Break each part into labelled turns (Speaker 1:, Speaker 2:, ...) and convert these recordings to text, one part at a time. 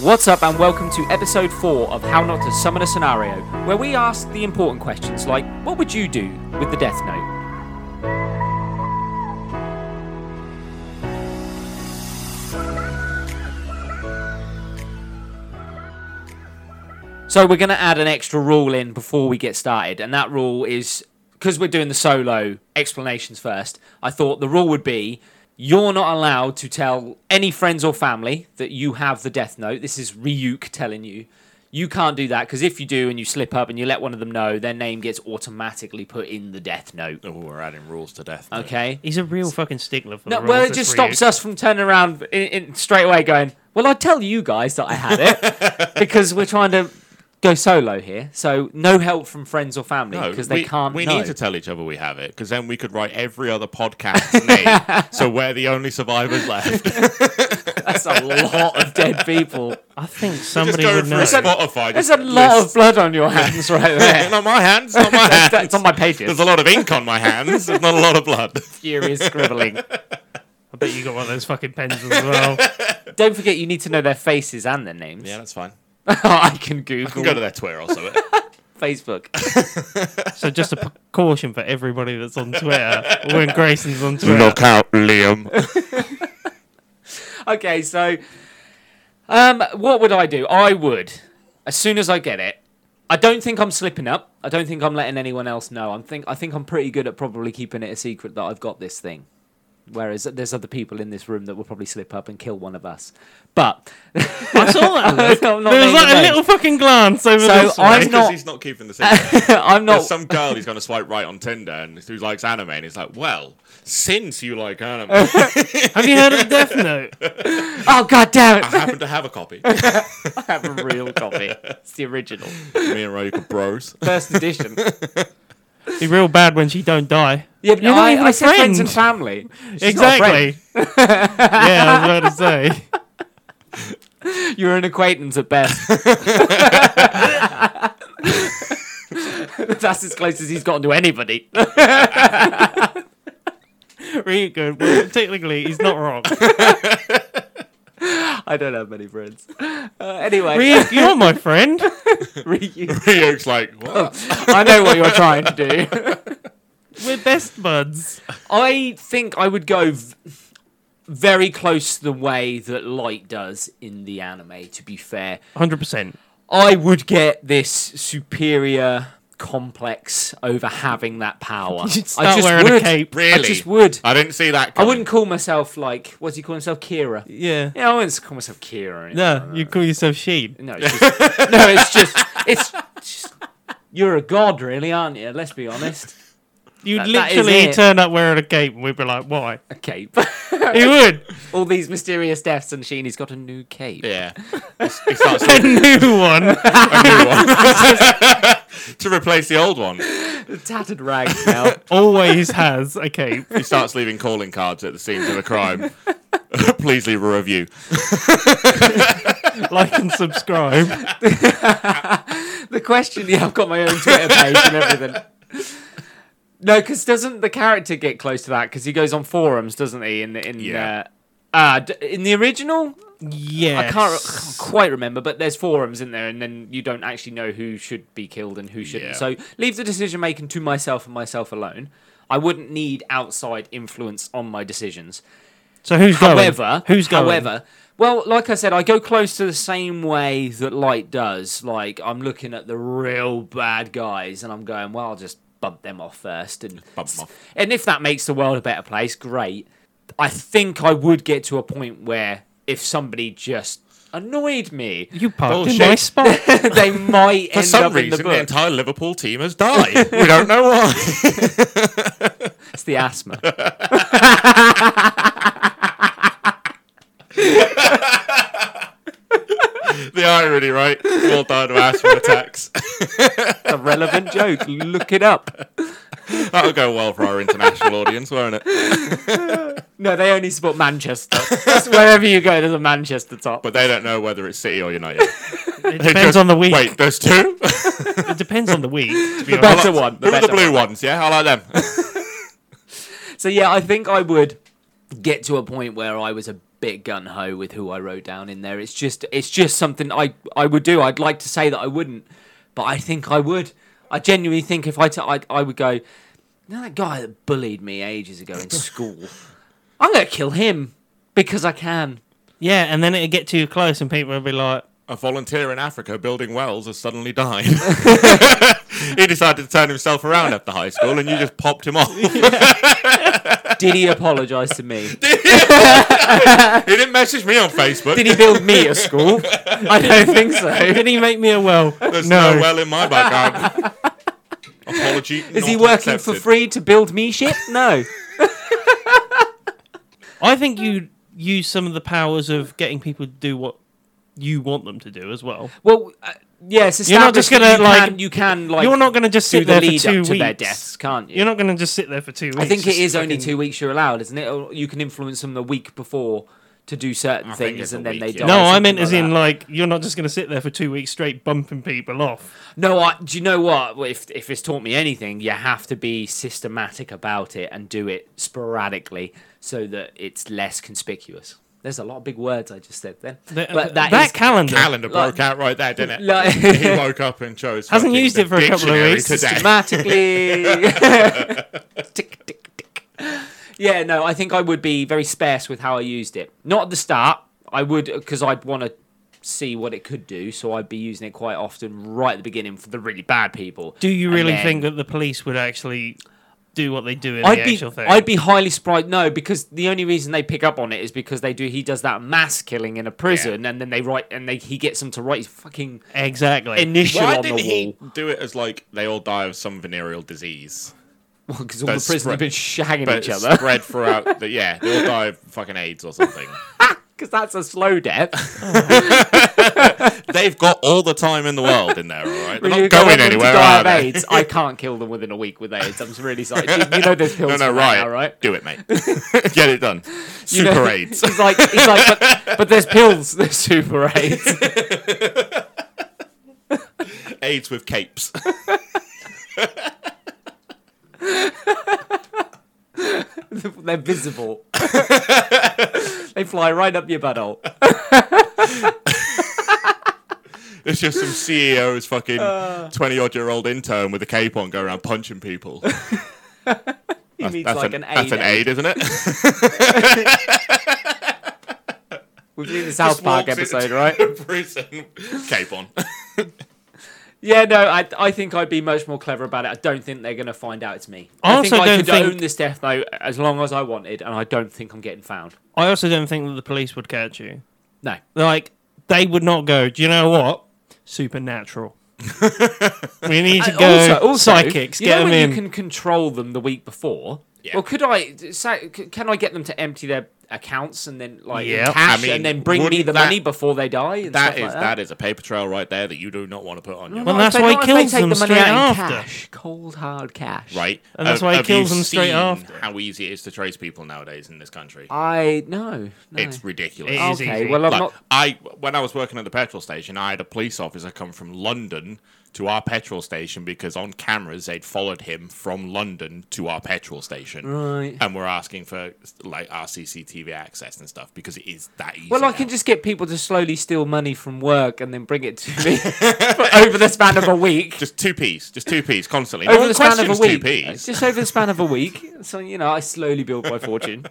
Speaker 1: What's up, and welcome to episode 4 of How Not to Summon a Scenario, where we ask the important questions like what would you do with the Death Note? So, we're going to add an extra rule in before we get started, and that rule is because we're doing the solo explanations first, I thought the rule would be. You're not allowed to tell any friends or family that you have the Death Note. This is Ryuk telling you you can't do that because if you do and you slip up and you let one of them know, their name gets automatically put in the death note.
Speaker 2: Oh, we're adding rules to death. Note.
Speaker 1: Okay.
Speaker 3: He's a real fucking stickler for
Speaker 1: No,
Speaker 3: the rules.
Speaker 1: well, it
Speaker 3: that's
Speaker 1: just
Speaker 3: weird.
Speaker 1: stops us from turning around in, in, straight away going, Well, I tell you guys that I had it because we're trying to go solo here. So, no help from friends or family
Speaker 2: No,
Speaker 1: because they
Speaker 2: we,
Speaker 1: can't
Speaker 2: We
Speaker 1: know.
Speaker 2: need to tell each other we have it because then we could write every other podcast's name, so we're the only survivors left.
Speaker 1: That's
Speaker 2: Just
Speaker 1: a lot of dead people.
Speaker 3: I think somebody
Speaker 2: go
Speaker 3: would
Speaker 2: through
Speaker 3: know.
Speaker 2: Spotify.
Speaker 1: There's
Speaker 2: just
Speaker 1: a lot of
Speaker 2: list-
Speaker 1: blood on your hands right there.
Speaker 2: not my hands. Not my hands.
Speaker 1: That's on my pages.
Speaker 2: There's a lot of ink on my hands. There's not a lot of blood.
Speaker 1: Furious scribbling.
Speaker 3: I bet you got one of those fucking pencils as well.
Speaker 1: Don't forget, you need to know their faces and their names.
Speaker 2: Yeah, that's fine.
Speaker 1: I can Google
Speaker 2: You can go to their Twitter or something.
Speaker 1: Facebook.
Speaker 3: so just a p- caution for everybody that's on Twitter. when Grayson's on Twitter,
Speaker 2: out, Liam.
Speaker 1: okay, so um, what would I do? I would, as soon as I get it, I don't think I'm slipping up. I don't think I'm letting anyone else know. I'm think I think I'm pretty good at probably keeping it a secret that I've got this thing. Whereas there's other people in this room that will probably slip up and kill one of us. But
Speaker 3: I saw that.
Speaker 1: I'm
Speaker 3: look.
Speaker 1: not
Speaker 3: there was
Speaker 1: naming
Speaker 3: like a
Speaker 1: names.
Speaker 3: little fucking glance over
Speaker 1: So
Speaker 3: this
Speaker 1: I'm not-
Speaker 3: way.
Speaker 1: Oh.
Speaker 2: Because he's not keeping the secret.
Speaker 1: I'm not.
Speaker 2: There's some girl who's going to swipe right on Tinder and who likes anime, and it's like, well, since you like anime, I
Speaker 3: Have you heard of Death Note?
Speaker 1: Oh god damn it!
Speaker 2: happen to have a copy.
Speaker 1: I have a real copy. It's the original,
Speaker 2: Me and Ryuk are bros.
Speaker 1: first edition.
Speaker 3: Be real bad when she don't die.
Speaker 1: Yeah, but
Speaker 3: You're
Speaker 1: no,
Speaker 3: not
Speaker 1: I,
Speaker 3: even
Speaker 1: I
Speaker 3: a
Speaker 1: said friends
Speaker 3: friend.
Speaker 1: and family. She's not a friend.
Speaker 3: exactly. yeah, I was about to say.
Speaker 1: You're an acquaintance at best. That's as close as he's gotten to anybody.
Speaker 3: Really good. Well, technically, he's not wrong.
Speaker 1: I don't have many friends. Uh, anyway,
Speaker 3: Really, you're my friend.
Speaker 1: Ryu,
Speaker 2: Ryuk's like, what?
Speaker 1: I know what you're trying to do.
Speaker 3: We're best buds.
Speaker 1: I think I would go v- very close to the way that light does in the anime. To be fair,
Speaker 3: 100%.
Speaker 1: I would get this superior complex over having that power.
Speaker 3: You'd
Speaker 1: I
Speaker 3: start
Speaker 1: just
Speaker 3: wearing a
Speaker 1: would.
Speaker 3: cape.
Speaker 2: Really?
Speaker 1: I just would.
Speaker 2: I didn't see that.
Speaker 1: I
Speaker 2: Coming.
Speaker 1: wouldn't call myself like what's he call himself, Kira.
Speaker 3: Yeah.
Speaker 1: Yeah, I wouldn't call myself Kira. Or anything.
Speaker 3: No, you call yourself Sheed.
Speaker 1: No, it's just, no, it's just it's. Just, you're a god, really, aren't you? Let's be honest.
Speaker 3: You'd
Speaker 1: That- that is
Speaker 3: literally
Speaker 1: it.
Speaker 3: turn up wearing a cape and we'd be like, why?
Speaker 1: A cape.
Speaker 3: He would.
Speaker 1: All these mysterious deaths, and Sheeny's got a new cape.
Speaker 2: Yeah. He starts
Speaker 3: A new one.
Speaker 2: a new one. to replace the old one.
Speaker 1: The tattered rags now.
Speaker 3: Always has a cape.
Speaker 2: He starts leaving calling cards at the scenes of a crime. Please leave a review.
Speaker 3: Like and subscribe.
Speaker 1: the question, yeah, I've got my own Twitter page and everything. No, because doesn't the character get close to that? Because he goes on forums, doesn't he? In the, in
Speaker 2: Yeah.
Speaker 1: uh, uh, d- in the original,
Speaker 3: Yeah.
Speaker 1: I can't, re- can't quite remember, but there's forums in there, and then you don't actually know who should be killed and who shouldn't.
Speaker 2: Yeah.
Speaker 1: So leave the decision making to myself and myself alone. I wouldn't need outside influence on my decisions.
Speaker 3: So who's going?
Speaker 1: However,
Speaker 3: who's going?
Speaker 1: However, well, like I said, I go close to the same way that Light does. Like I'm looking at the real bad guys, and I'm going, well, I'll just bump them off first, and
Speaker 2: Bump 'em off.
Speaker 1: and if that makes the world a better place, great. I think I would get to a point where if somebody just annoyed me,
Speaker 3: you parked in
Speaker 2: Bullshit.
Speaker 3: my spot.
Speaker 1: they might
Speaker 2: For
Speaker 1: end
Speaker 2: some
Speaker 1: up in the
Speaker 2: reason, the,
Speaker 1: book.
Speaker 2: entire Liverpool team has died. we don't know why.
Speaker 1: It's the asthma.
Speaker 2: the irony, right? We all died of asthma attacks.
Speaker 1: It's a relevant joke. Look it up.
Speaker 2: That'll go well for our international audience, won't it?
Speaker 1: No, they only support Manchester. That's wherever you go, there's a Manchester top.
Speaker 2: But they don't know whether it's City or United.
Speaker 3: It
Speaker 2: They
Speaker 3: depends
Speaker 2: just-
Speaker 3: on the week.
Speaker 2: Wait, there's two?
Speaker 3: It depends on the week. To be
Speaker 1: The
Speaker 3: honest.
Speaker 1: better
Speaker 2: I
Speaker 1: one.
Speaker 2: like-
Speaker 1: The
Speaker 2: Who are the
Speaker 1: better
Speaker 2: blue ones? Yeah, I like them.
Speaker 1: So yeah, I think I would get to a point where I was a bit gun ho with who I wrote down in there. It's just it's just something I I would do. I'd like to say that I wouldn't, but I think I would. I genuinely think if I t- I, I would go. You know that guy that bullied me ages ago in school. I'm gonna kill him because I can.
Speaker 3: Yeah, and then it'd get too close and people would be like,
Speaker 2: A volunteer in Africa building wells has suddenly died. he decided to turn himself around after high school, and you just popped him off. he
Speaker 1: Did he apologise to me?
Speaker 2: didn't message me on Facebook.
Speaker 1: Did he build me a school? I don't think so.
Speaker 3: Did he make me a well?
Speaker 2: There's no.
Speaker 3: no.
Speaker 2: well in my background. Apology.
Speaker 1: Is he working for free to build me shit? No.
Speaker 3: I think you use some of the powers of getting people to do what you want them to do as well.
Speaker 1: Well, uh, yes.
Speaker 3: You're not just
Speaker 1: established
Speaker 3: gonna,
Speaker 1: you
Speaker 3: like-
Speaker 1: can, you can like
Speaker 3: you're not going to just
Speaker 1: do
Speaker 3: sit
Speaker 1: the
Speaker 3: there for
Speaker 1: lead
Speaker 3: two
Speaker 1: up
Speaker 3: weeks.
Speaker 1: to their deaths, can't you?
Speaker 3: You're not going to just sit there for two weeks.
Speaker 1: I think it
Speaker 3: just
Speaker 1: is only
Speaker 3: fucking-
Speaker 1: two weeks you're allowed, isn't it? Or you can influence them the week before to do certain
Speaker 2: I think
Speaker 1: things,
Speaker 2: it's a
Speaker 1: and then they
Speaker 2: week,
Speaker 1: die.
Speaker 2: yeah.
Speaker 3: No,
Speaker 1: or
Speaker 3: I
Speaker 1: something
Speaker 3: meant as in
Speaker 1: that.
Speaker 3: like you're not just going to sit there for two weeks straight bumping people off.
Speaker 1: No, I, do you know what? Well, If if it's taught me anything, you have to be systematic about it and do it sporadically so that it's less conspicuous. There's a lot of big words I just said then,
Speaker 3: uh,
Speaker 1: but that, is-
Speaker 3: calendar.
Speaker 2: Calendar
Speaker 1: Like-
Speaker 2: broke out right there, didn't it?
Speaker 1: Like-
Speaker 2: he woke up and chose.
Speaker 3: Hasn't
Speaker 2: fucking
Speaker 3: used
Speaker 2: the
Speaker 3: it for a couple of
Speaker 2: dictionary
Speaker 3: weeks.
Speaker 2: Today.
Speaker 1: systematically. tick, tick, tick. Yeah, no, I think I would be very sparse with how I used it. Not at the start. I would because I'd want to see what it could do, so I'd be using it quite often right at the beginning for the really bad people.
Speaker 3: Do you
Speaker 1: And
Speaker 3: really
Speaker 1: then-
Speaker 3: think that the police would actually do what they do in
Speaker 1: I'd
Speaker 3: the
Speaker 1: be
Speaker 3: actual thing?
Speaker 1: I'd be highly surprised. No, because the only reason they pick up on it is because they do. He does that mass killing in a prison, and then they write and they he gets them to write his fucking
Speaker 3: exactly.
Speaker 1: initial
Speaker 2: Why
Speaker 1: on the
Speaker 2: didn't he
Speaker 1: wall
Speaker 2: do it as like they all die of some venereal disease,
Speaker 1: because all the
Speaker 2: That's
Speaker 1: prisoners have
Speaker 2: spread-
Speaker 1: been shagging
Speaker 2: but
Speaker 1: each
Speaker 2: it's
Speaker 1: other
Speaker 2: spread throughout? The, yeah, they all die of fucking AIDS or something.
Speaker 1: because that's a slow death.
Speaker 2: They've got all the time in the world in there, all right? They're
Speaker 1: When
Speaker 2: not
Speaker 1: you've got
Speaker 2: going
Speaker 1: everyone to
Speaker 2: anywhere,
Speaker 1: die
Speaker 2: are
Speaker 1: of
Speaker 2: they?
Speaker 1: AIDS, I can't kill them within a week with AIDS. I'm really sorry. You, you know there's pills.
Speaker 2: No, no,
Speaker 1: for that
Speaker 2: right.
Speaker 1: now, right?
Speaker 2: Do it, mate. Get it done.
Speaker 1: You know,
Speaker 2: Super AIDS.
Speaker 1: He's like, he's like, but, but there's pills. There's super AIDS.
Speaker 2: AIDS with capes.
Speaker 1: They're visible. they fly right up your butthole.
Speaker 2: It's just some CEO's fucking
Speaker 1: Uh.
Speaker 2: 20 odd year old intern with a cape on going around punching people. That's,
Speaker 1: He needs
Speaker 2: that's
Speaker 1: like
Speaker 2: an,
Speaker 1: an,
Speaker 2: that's
Speaker 1: aid.
Speaker 2: an aid, isn't it?
Speaker 1: We've seen the South Park
Speaker 2: Walks
Speaker 1: episode,
Speaker 2: into
Speaker 1: right?
Speaker 2: a Prison. Cape on.
Speaker 1: Yeah, no, I, I think I'd be much more clever about it. I don't think they're going to find out it's me.
Speaker 3: I
Speaker 1: I, think
Speaker 3: also
Speaker 1: I
Speaker 3: don't
Speaker 1: could
Speaker 3: think-
Speaker 1: own this death, though, as long as I wanted, and I don't think I'm getting found.
Speaker 3: I also don't think that the police would catch you.
Speaker 1: No.
Speaker 3: Like they would not go. Do you know what? Supernatural. we need to go psychics.
Speaker 1: you
Speaker 3: Get
Speaker 1: know
Speaker 3: them
Speaker 1: when
Speaker 3: in.
Speaker 1: you can control them the week before?
Speaker 2: Yeah.
Speaker 1: Well, could I, say, c- can I get them to empty their accounts and then, like, in
Speaker 3: Yeah.
Speaker 1: cash
Speaker 2: I mean,
Speaker 1: and then bring me
Speaker 2: wouldn't
Speaker 1: the
Speaker 2: that-
Speaker 1: money before they die? And
Speaker 2: That
Speaker 1: stuff
Speaker 2: is
Speaker 1: like that?
Speaker 2: that is a paper trail right there that you do not want to put on your
Speaker 3: Well,
Speaker 1: Not
Speaker 3: that's
Speaker 1: if they-
Speaker 3: why he
Speaker 1: not if they
Speaker 3: kills
Speaker 1: take
Speaker 3: them
Speaker 1: the money
Speaker 3: straight
Speaker 1: out in
Speaker 3: after.
Speaker 1: Cash, cold hard cash.
Speaker 2: right.
Speaker 3: And that's
Speaker 2: Have-
Speaker 3: why he
Speaker 2: have you
Speaker 3: kills them straight
Speaker 2: seen
Speaker 3: after.
Speaker 2: How easy it is to trace people nowadays in this country.
Speaker 1: I no. no.
Speaker 2: It's ridiculous.
Speaker 3: It is
Speaker 1: okay.
Speaker 3: easy.
Speaker 1: Well, I'm
Speaker 2: Like,
Speaker 1: not.
Speaker 2: I when I was working at the petrol station, I had a police officer come from London to our petrol station because on cameras they'd followed him from London to our petrol station.
Speaker 1: Right.
Speaker 2: And we're asking for like our CCTV access and stuff because it is that easy.
Speaker 1: Well, I
Speaker 2: now.
Speaker 1: can just get people to slowly steal money from work and then bring it to me for- over the span of a week.
Speaker 2: just two piece, just two piece constantly.
Speaker 1: Over
Speaker 2: no
Speaker 1: the
Speaker 2: one
Speaker 1: span of a
Speaker 2: questions two
Speaker 1: week.
Speaker 2: piece
Speaker 1: Just over the span of a week. So, you know, I slowly build my fortune.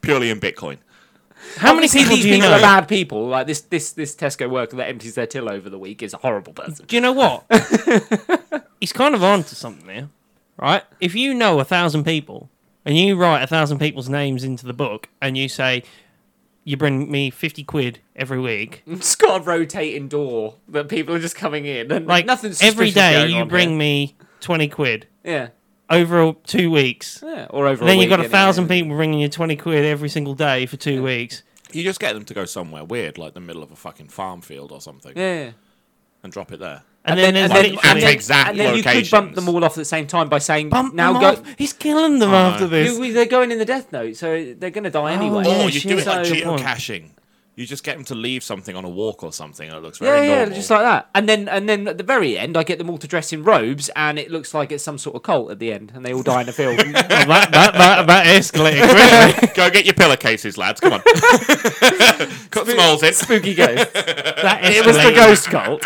Speaker 2: purely in Bitcoin.
Speaker 3: How many
Speaker 1: Obviously,
Speaker 3: people
Speaker 1: these
Speaker 3: do you
Speaker 1: people
Speaker 3: know?
Speaker 1: are bad people. Like this, this, this Tesco worker that empties their till over the week is a horrible person.
Speaker 3: Do you know what? He's kind of onto something here, right? If you know a thousand people and you write a thousand people's names into the book and you say, you bring me 50 quid every week,
Speaker 1: It's got a rotating door that people are just coming in and
Speaker 3: like
Speaker 1: nothing.
Speaker 3: every
Speaker 1: suspicious
Speaker 3: day
Speaker 1: going
Speaker 3: you
Speaker 1: on
Speaker 3: bring
Speaker 1: here.
Speaker 3: me 20 quid
Speaker 1: yeah,
Speaker 3: over two weeks.
Speaker 1: yeah, or over. a
Speaker 3: then
Speaker 1: week
Speaker 3: you've got a
Speaker 1: anyway.
Speaker 3: thousand people bringing you 20 quid every single day for two weeks.
Speaker 2: You just get them to go somewhere weird, like the middle of a fucking farm field or something,
Speaker 1: Yeah, yeah.
Speaker 2: and drop it there.
Speaker 3: And, then, there's
Speaker 2: and
Speaker 3: literally-
Speaker 2: then- exact
Speaker 1: and then you could bump
Speaker 2: locations.
Speaker 1: them all off at the same time by saying
Speaker 3: bump
Speaker 1: now
Speaker 3: them
Speaker 1: go. Oh.
Speaker 3: off. He's killing them
Speaker 2: no.
Speaker 3: after this.
Speaker 1: You- they're going in the death note, so they're going to die anyway.
Speaker 3: Oh, Yeah,
Speaker 2: or you do
Speaker 3: shit.
Speaker 2: it like
Speaker 3: That's a good point.
Speaker 2: geocaching. You just get them to leave something on a walk or something, and it looks
Speaker 1: Yeah,
Speaker 2: very
Speaker 1: yeah,
Speaker 2: normal.
Speaker 1: just like that. And then, and then at the very end, I get them all to dress in robes, and it looks like it's some sort of cult at the end, and they all die in a field.
Speaker 3: Well, that, that, that, that escalated quick.
Speaker 2: Go get your pillowcases, lads. Come on. Cut some holes in.
Speaker 1: Spooky ghost.
Speaker 3: That escalated,
Speaker 1: It was the ghost cult.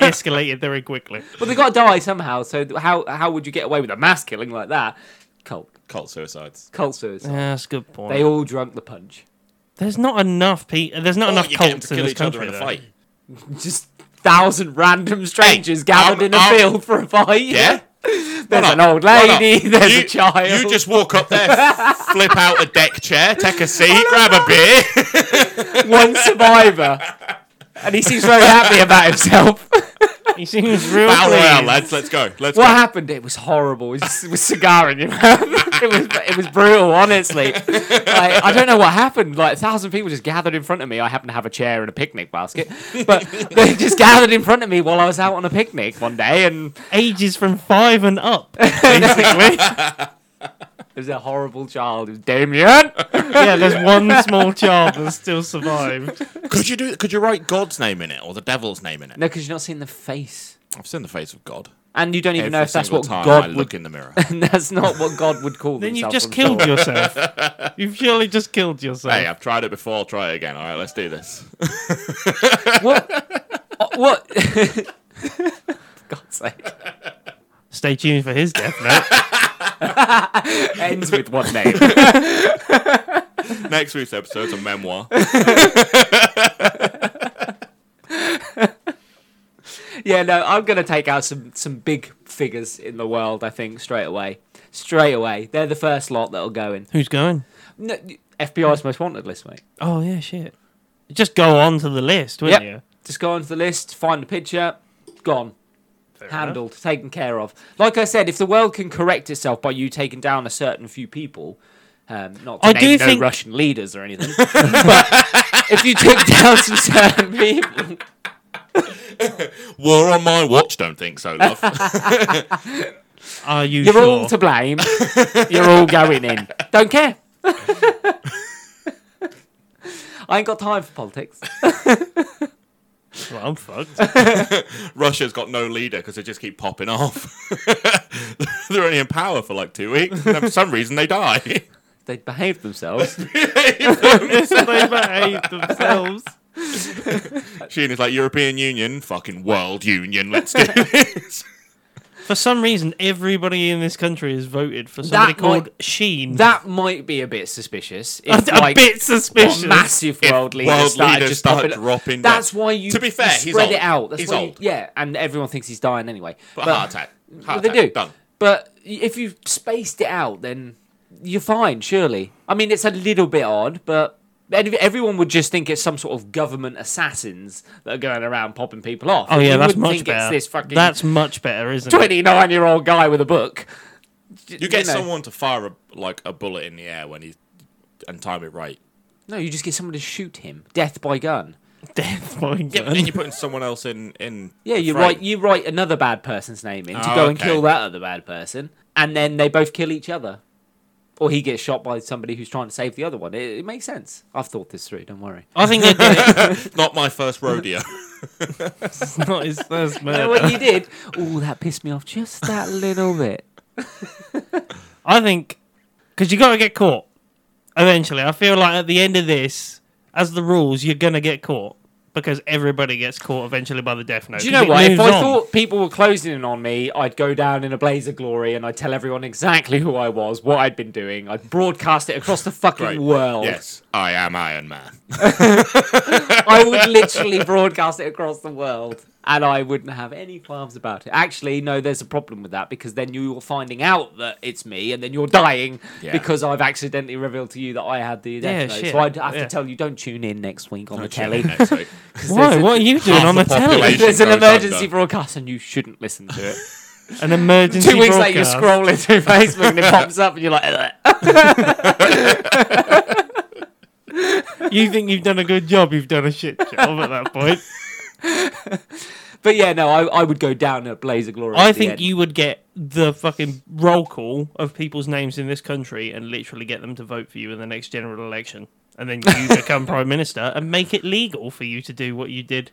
Speaker 3: escalated very quickly.
Speaker 1: But they got to die somehow. So how how would you get away with a mass killing like that? Cult,
Speaker 2: Cult suicides.
Speaker 1: cult suicide.
Speaker 3: Yeah, that's a good point.
Speaker 1: They all drunk the punch.
Speaker 3: There's not enough people. There's not
Speaker 2: Or
Speaker 3: enough
Speaker 2: you get 'em
Speaker 3: cults in this country. though.
Speaker 1: Just thousand random strangers gathered
Speaker 2: I'm-
Speaker 1: in a
Speaker 2: I'm-
Speaker 1: field for a fight.
Speaker 2: Yeah.
Speaker 1: There's
Speaker 2: Why
Speaker 1: an
Speaker 2: not?
Speaker 1: old
Speaker 2: Why not?
Speaker 1: lady. There's
Speaker 2: you,
Speaker 1: a child.
Speaker 2: You just walk up there, flip out a deck chair, take a seat, grab a beer.
Speaker 1: one survivor, and he seems very happy about himself.
Speaker 3: He seems real.
Speaker 2: Battle royale,
Speaker 3: pleased.
Speaker 2: lads. Let's go. Let's
Speaker 1: What
Speaker 2: go.
Speaker 1: happened? It was horrible. It was, it was cigar in your mouth. it was it was brutal, honestly. Like, I don't know what happened. Like a thousand people just gathered in front of me. I happened to have a chair and a picnic basket, but they just gathered in front of me while I was out on a picnic one day, and
Speaker 3: Ages from five and up, basically.
Speaker 1: there's a horrible child who's Damien.
Speaker 3: yeah, there's one small child that still survived.
Speaker 2: Could you do? Could you write God's name in it or the devil's name in it?
Speaker 1: No, because you're not seeing the face,
Speaker 2: I've seen the face of God.
Speaker 1: and you don't even
Speaker 2: Every
Speaker 1: know if that's
Speaker 2: single
Speaker 1: what
Speaker 2: time I
Speaker 1: God
Speaker 2: look
Speaker 1: would.
Speaker 2: in the mirror.
Speaker 1: And that's not what God would call.
Speaker 3: Then you've
Speaker 1: himself
Speaker 3: just
Speaker 1: on
Speaker 3: killed
Speaker 1: someone.
Speaker 3: yourself. You've surely just killed yourself.
Speaker 2: hey, um, I've tried it before. I'll try it again. All right, let's do this.
Speaker 1: What? Uh, what? For God's sake.
Speaker 3: Stay tuned for his death note.
Speaker 1: Ends with one name.
Speaker 2: Next week's episode's a memoir.
Speaker 1: Yeah, no, I'm gonna take out some some big figures in the world. I think straight away, straight away. They're the first lot that'll go in.
Speaker 3: Who's going?
Speaker 1: No, FBI's most wanted list, mate.
Speaker 3: Oh yeah, shit. Just go on to the list,
Speaker 1: Yep.
Speaker 3: wouldn't you?
Speaker 1: Just go onto the list, find the picture, gone,
Speaker 3: Fair
Speaker 1: handled, taken care of. Like I said, if the world can correct itself by you taking down a certain few people. Um, not to
Speaker 3: I
Speaker 1: name
Speaker 3: do
Speaker 1: no
Speaker 3: think-
Speaker 1: Russian leaders or anything, but if you took down some certain people,
Speaker 2: War on my watch. Don't think so, love.
Speaker 3: enough. Are you
Speaker 1: you're
Speaker 3: sure?
Speaker 1: all to blame. You're all going in. Don't care. I ain't got time for politics.
Speaker 3: Well, I'm fucked.
Speaker 2: Russia's got no leader because they just keep popping off. They're only in power for like two weeks, and then for some reason they die.
Speaker 1: They behave themselves.
Speaker 3: they behave themselves.
Speaker 2: Sheen is like European Union, fucking World Union. Let's do this.
Speaker 3: For some reason, everybody in this country has voted for somebody
Speaker 1: That
Speaker 3: called
Speaker 1: might-
Speaker 3: Sheen.
Speaker 1: That might be a bit suspicious. If,
Speaker 3: a
Speaker 1: like,
Speaker 3: bit suspicious.
Speaker 1: massive
Speaker 2: If
Speaker 1: world leaders
Speaker 2: world
Speaker 1: started
Speaker 2: leaders
Speaker 1: just
Speaker 2: start
Speaker 1: popping up.
Speaker 2: dropping
Speaker 1: That's
Speaker 2: dead.
Speaker 1: why you
Speaker 2: To be fair,
Speaker 1: you
Speaker 2: he's
Speaker 1: spread
Speaker 2: old.
Speaker 1: it out. That's
Speaker 2: He's
Speaker 1: why you-
Speaker 2: old.
Speaker 1: yeah, and everyone thinks he's dying anyway.
Speaker 2: But heart attack. Heart
Speaker 1: they
Speaker 2: attack.
Speaker 1: do.
Speaker 2: Done.
Speaker 1: But y- if you spaced it out, then you're fine, surely. I mean, it's a little bit odd, but ev- everyone would just think it's some sort of government assassins that are going around popping people off.
Speaker 3: Oh yeah,
Speaker 1: you
Speaker 3: that's
Speaker 1: wouldn't
Speaker 3: much
Speaker 1: think
Speaker 3: better.
Speaker 1: It's this fucking
Speaker 3: That's much better, isn't it?
Speaker 1: 29 year old guy with a book.
Speaker 2: You get
Speaker 1: know.
Speaker 2: someone to fire a, like a bullet in the air when he's and time it right.
Speaker 1: No, you just get someone to shoot him. Death by gun.
Speaker 3: Death by
Speaker 2: Yeah, but
Speaker 3: gun.
Speaker 2: then you're putting someone else in in.
Speaker 1: Yeah,
Speaker 2: the
Speaker 1: you
Speaker 2: frame.
Speaker 1: write you write another bad person's name in to
Speaker 3: Ah,
Speaker 2: Oh,
Speaker 1: go and
Speaker 2: okay.
Speaker 1: kill that other bad person, and then they both kill each other, or he gets shot by somebody who's trying to save the other one. It, it makes sense. I've thought this through. Don't worry.
Speaker 3: I think they did it.
Speaker 2: Not my first rodeo.
Speaker 3: It's not his first
Speaker 1: You know
Speaker 3: murder.
Speaker 1: what you did? Oh, that pissed me off just that little bit.
Speaker 3: I think because you got to get caught eventually. I feel like at the end of this, as the rules, you're gonna get caught because everybody gets caught eventually by the death note.
Speaker 1: Do you know
Speaker 3: 'cause it
Speaker 1: what? If
Speaker 3: moves
Speaker 1: I
Speaker 3: on.
Speaker 1: thought people were closing in on me, I'd go down in a blaze of glory and I'd tell everyone exactly who I was, what I'd been doing. I'd broadcast it across the fucking
Speaker 2: Great.
Speaker 1: world.
Speaker 2: Yes, I am Iron Man.
Speaker 1: I would literally broadcast it across the world and I wouldn't have any qualms about it. Actually, no, there's a problem with that because then you're finding out that it's me and then you're dying
Speaker 2: Yeah.
Speaker 1: because I've accidentally revealed to you that I had the death
Speaker 3: Yeah,
Speaker 1: note.
Speaker 3: shit.
Speaker 1: So I'd have
Speaker 3: Yeah.
Speaker 1: to tell you, don't tune in next week on the
Speaker 2: Tune
Speaker 1: telly.
Speaker 2: in next week.
Speaker 3: Why?
Speaker 1: there's a-
Speaker 3: What are you doing
Speaker 2: Half
Speaker 3: on
Speaker 2: the
Speaker 3: the telly?
Speaker 2: population.
Speaker 1: There's an
Speaker 2: goes
Speaker 1: emergency
Speaker 2: under.
Speaker 1: broadcast and you shouldn't listen to it.
Speaker 3: An emergency.
Speaker 1: Two weeks later, you're scrolling
Speaker 3: broadcast.
Speaker 1: through Facebook and it pops up and you're like, "Ugh."
Speaker 3: You think you've done a good job? You've done a shit job at that point.
Speaker 1: but yeah, no, I, I would go down a blaze of glory.
Speaker 3: I
Speaker 1: at the
Speaker 3: think
Speaker 1: end.
Speaker 3: you would get the fucking roll call of people's names in this country and literally get them to vote for you in the next general election. and then you become prime minister and make it legal for you to do what you did.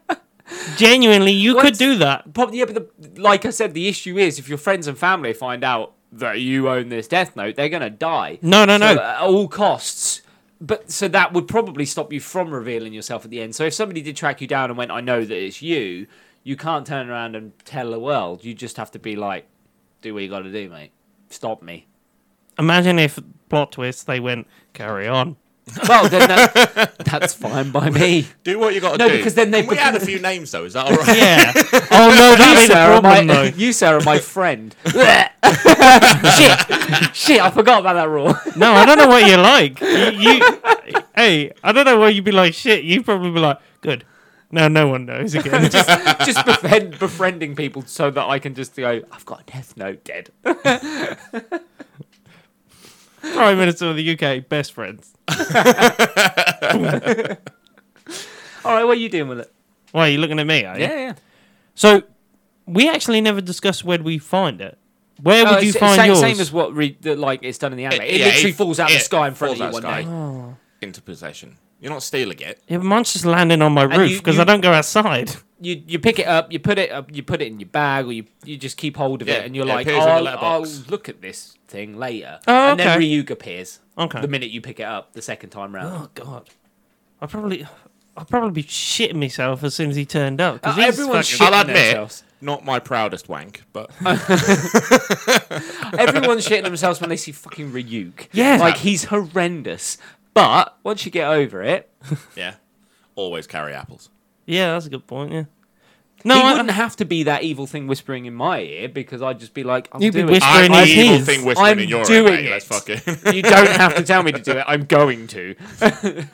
Speaker 3: Genuinely, you could
Speaker 1: What's-
Speaker 3: do that.
Speaker 1: Prob- yeah, but the, like I said, the issue is if your friends and family find out that you own this death note, they're going to die.
Speaker 3: No, no,
Speaker 1: So, uh,
Speaker 3: no.
Speaker 1: At all costs. But so that would probably stop you from revealing yourself at the end. So if somebody did track you down and went, "I know that it's you," you can't turn around and tell the world. You just have to be like, "Do what you got to do, mate. Stop me."
Speaker 3: Imagine if plot twist they went carry on.
Speaker 1: Well, then that, that's fine by me.
Speaker 2: Do what you got to
Speaker 1: No,
Speaker 2: do.
Speaker 1: because then they
Speaker 2: Can we add a
Speaker 1: become-
Speaker 2: few names though. Is that all right?
Speaker 3: Yeah. oh no, that'd
Speaker 1: You,
Speaker 3: be the
Speaker 1: Sarah,
Speaker 3: problem
Speaker 1: my,
Speaker 3: though.
Speaker 1: you, Sarah, my friend. Shit. Shit, I forgot about that rule.
Speaker 3: No, I don't know what you're like. You, you- hey, I don't know why you'd be like shit. You'd probably be like, good. Now no one knows again.
Speaker 1: just just befriend, befriending people so that I can just go, I've got a death note dead.
Speaker 3: Prime Minister of the UK, best friends.
Speaker 1: All right, what are you doing with it?
Speaker 3: Why are you looking at me? Are you?
Speaker 1: yeah.
Speaker 3: So we actually never discussed where we find it. Where would you find
Speaker 1: same,
Speaker 3: yours?
Speaker 1: Oh, Same as what re, the, like it's done in the anime. Uh, It,
Speaker 2: yeah,
Speaker 1: literally
Speaker 2: it-
Speaker 1: falls out of the
Speaker 2: it
Speaker 1: sky in front of you
Speaker 2: falls
Speaker 1: one
Speaker 2: out of
Speaker 1: day.
Speaker 2: sky Into possession. You're not stealing it.
Speaker 3: Yeah, mine's just landing on my roof
Speaker 1: you-
Speaker 3: because
Speaker 1: you-
Speaker 3: I don't go outside.
Speaker 1: You you pick it up, you put it up, you put it in your bag, or you you just keep hold of
Speaker 2: Yeah,
Speaker 1: it, and you're
Speaker 2: it
Speaker 1: like,
Speaker 2: appears on the
Speaker 1: I'll, I'll
Speaker 2: letterbox.
Speaker 1: look at this thing later,
Speaker 3: Oh,
Speaker 1: and then
Speaker 3: okay.
Speaker 1: Ryuk appears.
Speaker 3: Okay.
Speaker 1: The minute you pick it up, the second time round.
Speaker 3: Oh God, I probably, I probably be shitting myself as soon as he turned up. 'cause
Speaker 1: Uh,
Speaker 3: he's
Speaker 1: everyone's
Speaker 3: fucking-
Speaker 1: shit-
Speaker 2: I'll
Speaker 1: Shitting
Speaker 2: admit,
Speaker 1: themselves.
Speaker 2: not my proudest wank, but
Speaker 1: Everyone's shitting themselves when they see fucking Ryuk.
Speaker 3: Yeah.
Speaker 1: Like he's horrendous, but once you get over it,
Speaker 2: yeah, always carry apples.
Speaker 3: yeah, that's a good point. Yeah. No,
Speaker 1: he
Speaker 3: I,
Speaker 1: wouldn't have to be that evil thing whispering in my ear because I'd just be like, I'm
Speaker 3: You'd be
Speaker 1: doing it.
Speaker 2: I'm
Speaker 3: whispering-
Speaker 2: the
Speaker 3: Very nice.
Speaker 2: evil thing whispering
Speaker 1: I'm
Speaker 2: in your
Speaker 1: doing
Speaker 2: ear, mate.
Speaker 1: it.
Speaker 2: Let's fucking.
Speaker 1: you don't have to tell me to do it. I'm going to.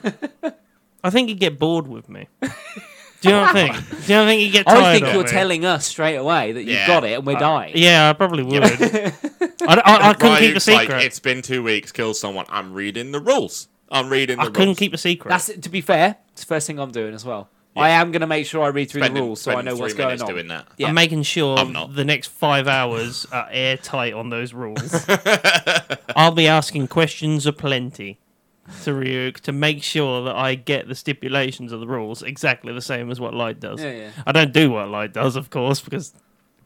Speaker 3: I think he'd get bored with me. Do you know what I think? Do you know what I think he'd get tired?
Speaker 1: I think
Speaker 3: of
Speaker 1: you're
Speaker 3: me?
Speaker 1: telling us straight away that you've
Speaker 2: Yeah.
Speaker 1: got it and we're dying.
Speaker 3: Yeah, I probably would. I, I, I couldn't keep a
Speaker 2: Ryuk's like,
Speaker 3: secret.
Speaker 2: it's been two weeks. Kill someone. I'm reading the rules. I'm reading the
Speaker 3: I
Speaker 2: rules.
Speaker 3: couldn't keep a secret.
Speaker 1: That's to be fair. It's the first thing I'm doing as well. I am going to make sure I read through the
Speaker 2: Spending-
Speaker 1: rules so I
Speaker 2: spending
Speaker 1: know what's
Speaker 2: three
Speaker 1: going
Speaker 2: minutes
Speaker 1: on.
Speaker 2: Doing that.
Speaker 1: Yeah.
Speaker 3: I'm making sure
Speaker 2: I'm not.
Speaker 3: the next five hours are airtight on those rules. I'll be asking questions aplenty to Ryuk to make sure that I get the stipulations of the rules exactly the same as what Light does.
Speaker 1: Yeah, yeah.
Speaker 3: I don't do what Light does, of course, because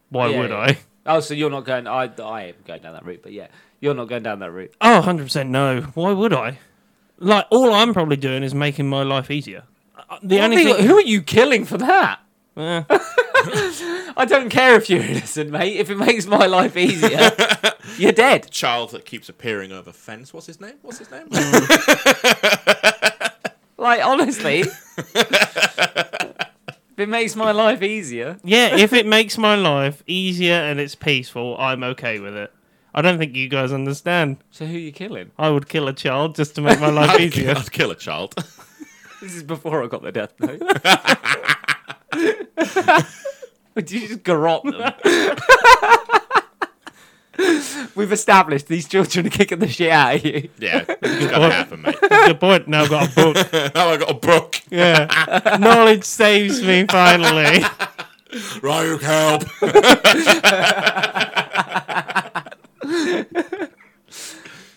Speaker 3: why
Speaker 1: Yeah,
Speaker 3: would
Speaker 1: yeah.
Speaker 3: I?
Speaker 1: Oh, so you're not going? I I am going down that route, but yeah, you're not going down that route.
Speaker 3: Oh, 100% no. Why would I? Like, all I'm probably doing is making my life easier. Uh, The only
Speaker 1: Who-
Speaker 3: thing.
Speaker 1: Who are you killing for that?
Speaker 3: Eh.
Speaker 1: I don't care if you're innocent, mate. If it makes my life easier, you're dead.
Speaker 2: Child that keeps appearing over fence. What's his name? What's his name?
Speaker 1: Like honestly, if it makes my life easier,
Speaker 3: Yeah, if it makes my life easier and it's peaceful, I'm okay with it. I don't think you guys understand.
Speaker 1: so who are you killing?
Speaker 3: I would kill a child just to make my life
Speaker 2: I'd, kill,
Speaker 3: easier.
Speaker 2: I'd kill a child.
Speaker 1: This is before I got the death note. Would you just garrot them? We've established these children are kicking the shit out of you.
Speaker 2: yeah, it's gonna happen, mate.
Speaker 3: Good point. Now I've got a book.
Speaker 2: Now I got a book.
Speaker 3: Yeah. Knowledge saves me finally.
Speaker 2: Ryuk, help!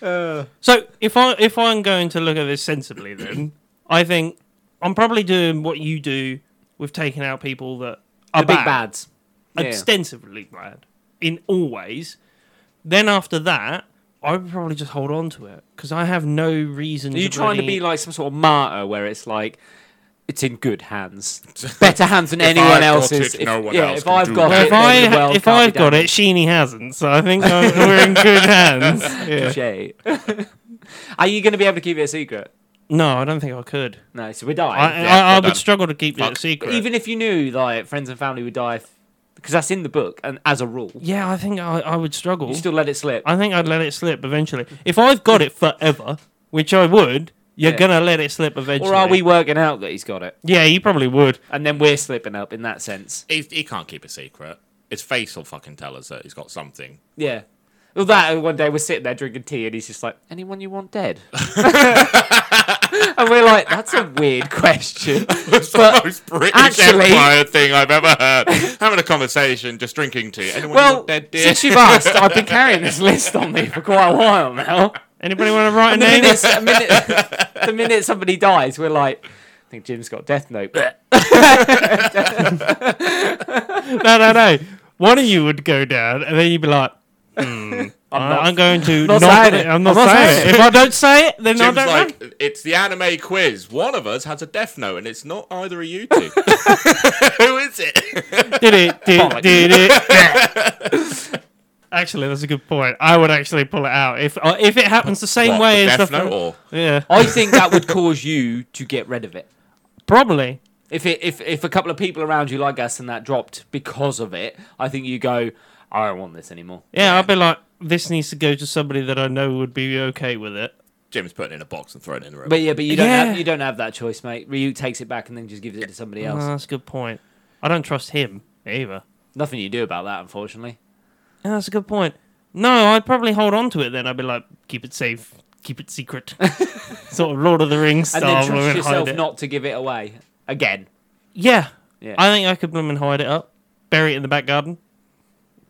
Speaker 3: So if I if I'm going to look at this sensibly then, I think I'm probably doing what you do with taking out people that are
Speaker 1: The big
Speaker 3: bad.
Speaker 1: bads. Yeah.
Speaker 3: extensively bad in all ways. Then after that, I would probably just hold on to it because I have no reason.
Speaker 1: Are you
Speaker 3: to
Speaker 1: trying to
Speaker 3: bloody-
Speaker 1: be like some sort of martyr where it's like it's in good hands, better hands than anyone
Speaker 2: I've got
Speaker 1: else's?
Speaker 2: it, no one
Speaker 1: yeah,
Speaker 2: else
Speaker 1: if
Speaker 2: can
Speaker 1: I've
Speaker 2: do
Speaker 1: got
Speaker 3: Well,
Speaker 1: it,
Speaker 3: if I
Speaker 1: then the world
Speaker 3: if
Speaker 1: can't be
Speaker 3: I've got
Speaker 1: damaged.
Speaker 3: it, Sheeny hasn't, so I think I'm, we're in good hands. Yeah.
Speaker 1: Touche. Are you going to be able to keep it a secret?
Speaker 3: No, I don't think I could.
Speaker 1: No, so we
Speaker 3: I,
Speaker 1: die.
Speaker 2: yeah,
Speaker 3: I, I
Speaker 2: we're
Speaker 3: would
Speaker 2: done.
Speaker 3: struggle to keep it
Speaker 2: Fuck.
Speaker 3: a secret.
Speaker 1: Even if you knew, like friends and family would die, because that's in the book and as a rule,
Speaker 3: yeah, I think I, I would struggle.
Speaker 1: you still let it slip.
Speaker 3: I think I'd let it slip eventually. If I've got it forever, which I would, you're
Speaker 1: Yeah.
Speaker 3: gonna let it slip eventually.
Speaker 1: Or are we working out that he's got it,
Speaker 3: Yeah, you probably would.
Speaker 1: and then we're slipping up in that sense?
Speaker 2: He, he can't keep a secret. His face will fucking tell us that he's got something.
Speaker 1: Yeah. Well, that and one day we're sitting there drinking tea, and he's just like, "Anyone you want dead?" and we're like, "That's a weird question."
Speaker 2: It's the
Speaker 1: But
Speaker 2: most British
Speaker 1: actually-
Speaker 2: Empire thing I've ever heard. Having a conversation, just drinking tea. Anyone you
Speaker 1: Well,
Speaker 2: want dead, dear?
Speaker 1: since you've asked, I've been carrying this list on me for quite a while now.
Speaker 3: Anybody want to write a
Speaker 1: the
Speaker 3: name?
Speaker 1: minute, the minute- the minute somebody dies, we're like, I think Jim's got death note.
Speaker 3: no, no, no. One of you would go down, and then you'd be like, hmm, I'm,
Speaker 1: not-
Speaker 3: going to
Speaker 1: not saying it.
Speaker 3: I'm not, saying, it. If I don't say it, then
Speaker 2: Jim's
Speaker 3: I don't know.
Speaker 2: like, it's the anime quiz. One of us has a death note, and it's not either of you two. Who is it?
Speaker 3: Did it? Did,
Speaker 1: Bollocks.
Speaker 3: did it? actually, that's a good point. I would actually pull it out if uh, if it happens the same
Speaker 2: What,
Speaker 3: way
Speaker 2: the
Speaker 3: as
Speaker 2: death
Speaker 3: the
Speaker 2: note, or
Speaker 3: yeah,
Speaker 1: I think that would cause you to get rid of it.
Speaker 3: probably.
Speaker 1: If it, if if a couple of people around you like us and that dropped because of it, I think you go, I don't want this anymore.
Speaker 3: Yeah, I'd be like, this needs to go to somebody that I know would be okay with it.
Speaker 2: Jim's putting it in a box and throwing it in the room.
Speaker 1: But yeah, but you don't
Speaker 3: Yeah.
Speaker 1: have you don't have that choice, mate. Ryu takes it back and then just gives it to somebody
Speaker 3: Oh,
Speaker 1: else.
Speaker 3: that's a good point. I don't trust him either.
Speaker 1: Nothing you do about that, unfortunately.
Speaker 3: Yeah, that's a good point. No, I'd probably hold on to it then. I'd be like, keep it safe, keep it secret. sort of Lord of the Rings
Speaker 1: And
Speaker 3: style.
Speaker 1: then
Speaker 3: blooming
Speaker 1: trust
Speaker 3: hide
Speaker 1: yourself
Speaker 3: it.
Speaker 1: not to give it away again.
Speaker 3: Yeah.
Speaker 1: Yeah.
Speaker 3: I think I could bloom and hide it up, bury it in the back garden,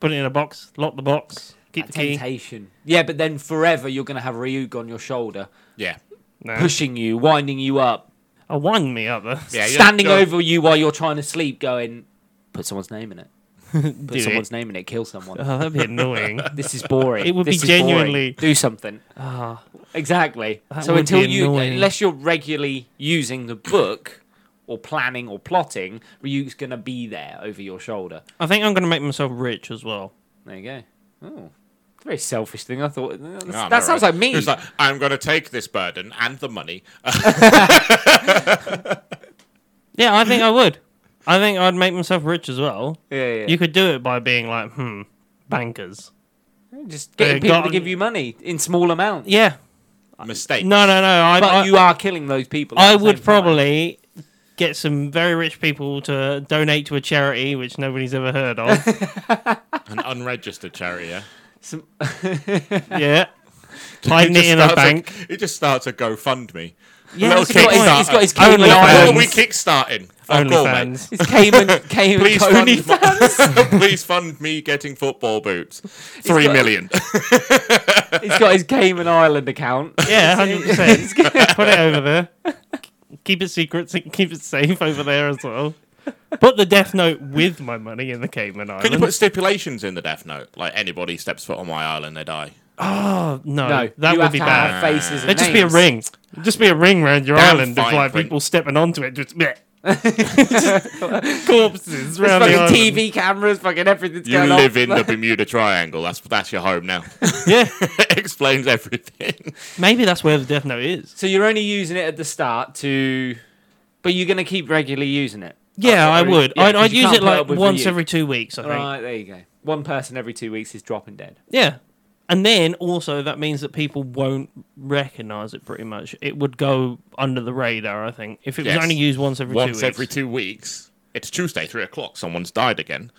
Speaker 3: put it in a box, lock the box, keep
Speaker 1: That
Speaker 3: the key.
Speaker 1: temptation. Yeah, but then forever you're going to have Ryug on your shoulder,
Speaker 2: yeah,
Speaker 3: No.
Speaker 1: pushing you, winding you up,
Speaker 3: I Oh, wind me up. though.
Speaker 2: yeah, you don't
Speaker 1: standing
Speaker 2: go-
Speaker 1: over you while you're trying to sleep, going, put someone's name in it. Put
Speaker 3: it.
Speaker 1: someone's name in it. Kill someone.
Speaker 3: Oh, that'd be annoying.
Speaker 1: This is boring.
Speaker 3: It would be
Speaker 1: This is boring.
Speaker 3: genuinely-
Speaker 1: do something.
Speaker 3: Ah,
Speaker 1: Exactly.
Speaker 3: That
Speaker 1: So
Speaker 3: would
Speaker 1: until
Speaker 3: be
Speaker 1: you,
Speaker 3: annoying.
Speaker 1: unless you're regularly using the book or planning or plotting, Ryu's gonna be there over your shoulder.
Speaker 3: I think I'm going to make myself rich as well.
Speaker 1: There you go. Oh, it's a very selfish thing. I thought
Speaker 2: No,
Speaker 1: that
Speaker 2: Ah, no,
Speaker 1: sounds
Speaker 2: right.
Speaker 1: like me.
Speaker 2: It's like, I'm going to take this burden and the money.
Speaker 3: Yeah, I think I would. I think I'd make myself rich as well.
Speaker 1: yeah, yeah.
Speaker 3: You could do it by being like, hmm, bankers.
Speaker 1: just getting
Speaker 3: Uh,
Speaker 1: people
Speaker 3: got-
Speaker 1: to give you money in small amounts.
Speaker 3: Yeah.
Speaker 2: Mistake.
Speaker 3: No, no, no. I,
Speaker 1: But
Speaker 3: I,
Speaker 1: you are killing those people. at
Speaker 3: I
Speaker 1: the same
Speaker 3: would
Speaker 1: time.
Speaker 3: probably get some very rich people to donate to a charity which nobody's ever heard of.
Speaker 2: An unregistered charity. Yeah.
Speaker 1: Some-
Speaker 3: yeah.
Speaker 2: He
Speaker 3: Hiding
Speaker 2: just
Speaker 3: it in a
Speaker 2: starts
Speaker 3: bank.
Speaker 2: He just starts a GoFundMe.
Speaker 3: Yeah,
Speaker 2: Little
Speaker 3: that's a good
Speaker 1: He's got his- he's got his
Speaker 3: point.
Speaker 1: Cayman
Speaker 2: What are
Speaker 1: Islands.
Speaker 2: we kickstarting? Fuck all, mate.
Speaker 3: OnlyFans.
Speaker 1: It's Cayman, Cayman
Speaker 2: Please
Speaker 1: Cove.
Speaker 2: fund, my- please fund me getting football boots. Three
Speaker 1: got-
Speaker 2: million.
Speaker 1: He's got his Cayman Island account.
Speaker 3: Yeah, hundred percent. Put it over there. Keep it secret. s- Keep it safe over there as well. Put the Death Note with my money in the Cayman
Speaker 2: Can you put
Speaker 3: Islands.
Speaker 2: stipulations in the death note? Like anybody steps foot on my island, they die.
Speaker 3: Oh no,
Speaker 1: No,
Speaker 3: that
Speaker 1: you
Speaker 3: would
Speaker 1: have
Speaker 3: be
Speaker 1: to
Speaker 3: bad.
Speaker 1: Have faces and
Speaker 3: It'd just be a
Speaker 1: names.
Speaker 3: ring. It'd just be a ring round your
Speaker 2: Damn
Speaker 3: island of
Speaker 2: fine
Speaker 3: like
Speaker 2: print.
Speaker 3: people stepping onto it. Just, bleh. Just corpses round the
Speaker 1: Fucking
Speaker 3: island.
Speaker 1: TV cameras, fucking everything's
Speaker 2: You
Speaker 1: going
Speaker 2: live
Speaker 1: on.
Speaker 2: in the Bermuda Triangle. That's that's your home now.
Speaker 3: Yeah,
Speaker 2: Explains everything.
Speaker 3: maybe that's where the Death Note is.
Speaker 1: So you're only using it at the start to, but you're gonna keep regularly using it.
Speaker 3: Yeah, I
Speaker 1: That's what
Speaker 3: would.
Speaker 1: yeah,
Speaker 3: I'd,
Speaker 1: 'cause
Speaker 3: I'd
Speaker 1: you
Speaker 3: use
Speaker 1: can't
Speaker 3: it
Speaker 1: put
Speaker 3: like
Speaker 1: up with
Speaker 3: once
Speaker 1: Ryu.
Speaker 3: every two weeks. I think.
Speaker 1: Right there you go. One person every two weeks is dropping dead.
Speaker 3: Yeah. And then also that means that people won't recognize it pretty much. It would go under the radar, I think. If it
Speaker 2: Yes.
Speaker 3: was only used once every two
Speaker 2: Once
Speaker 3: weeks.
Speaker 2: every two weeks. It's Tuesday, three o'clock. Someone's died again.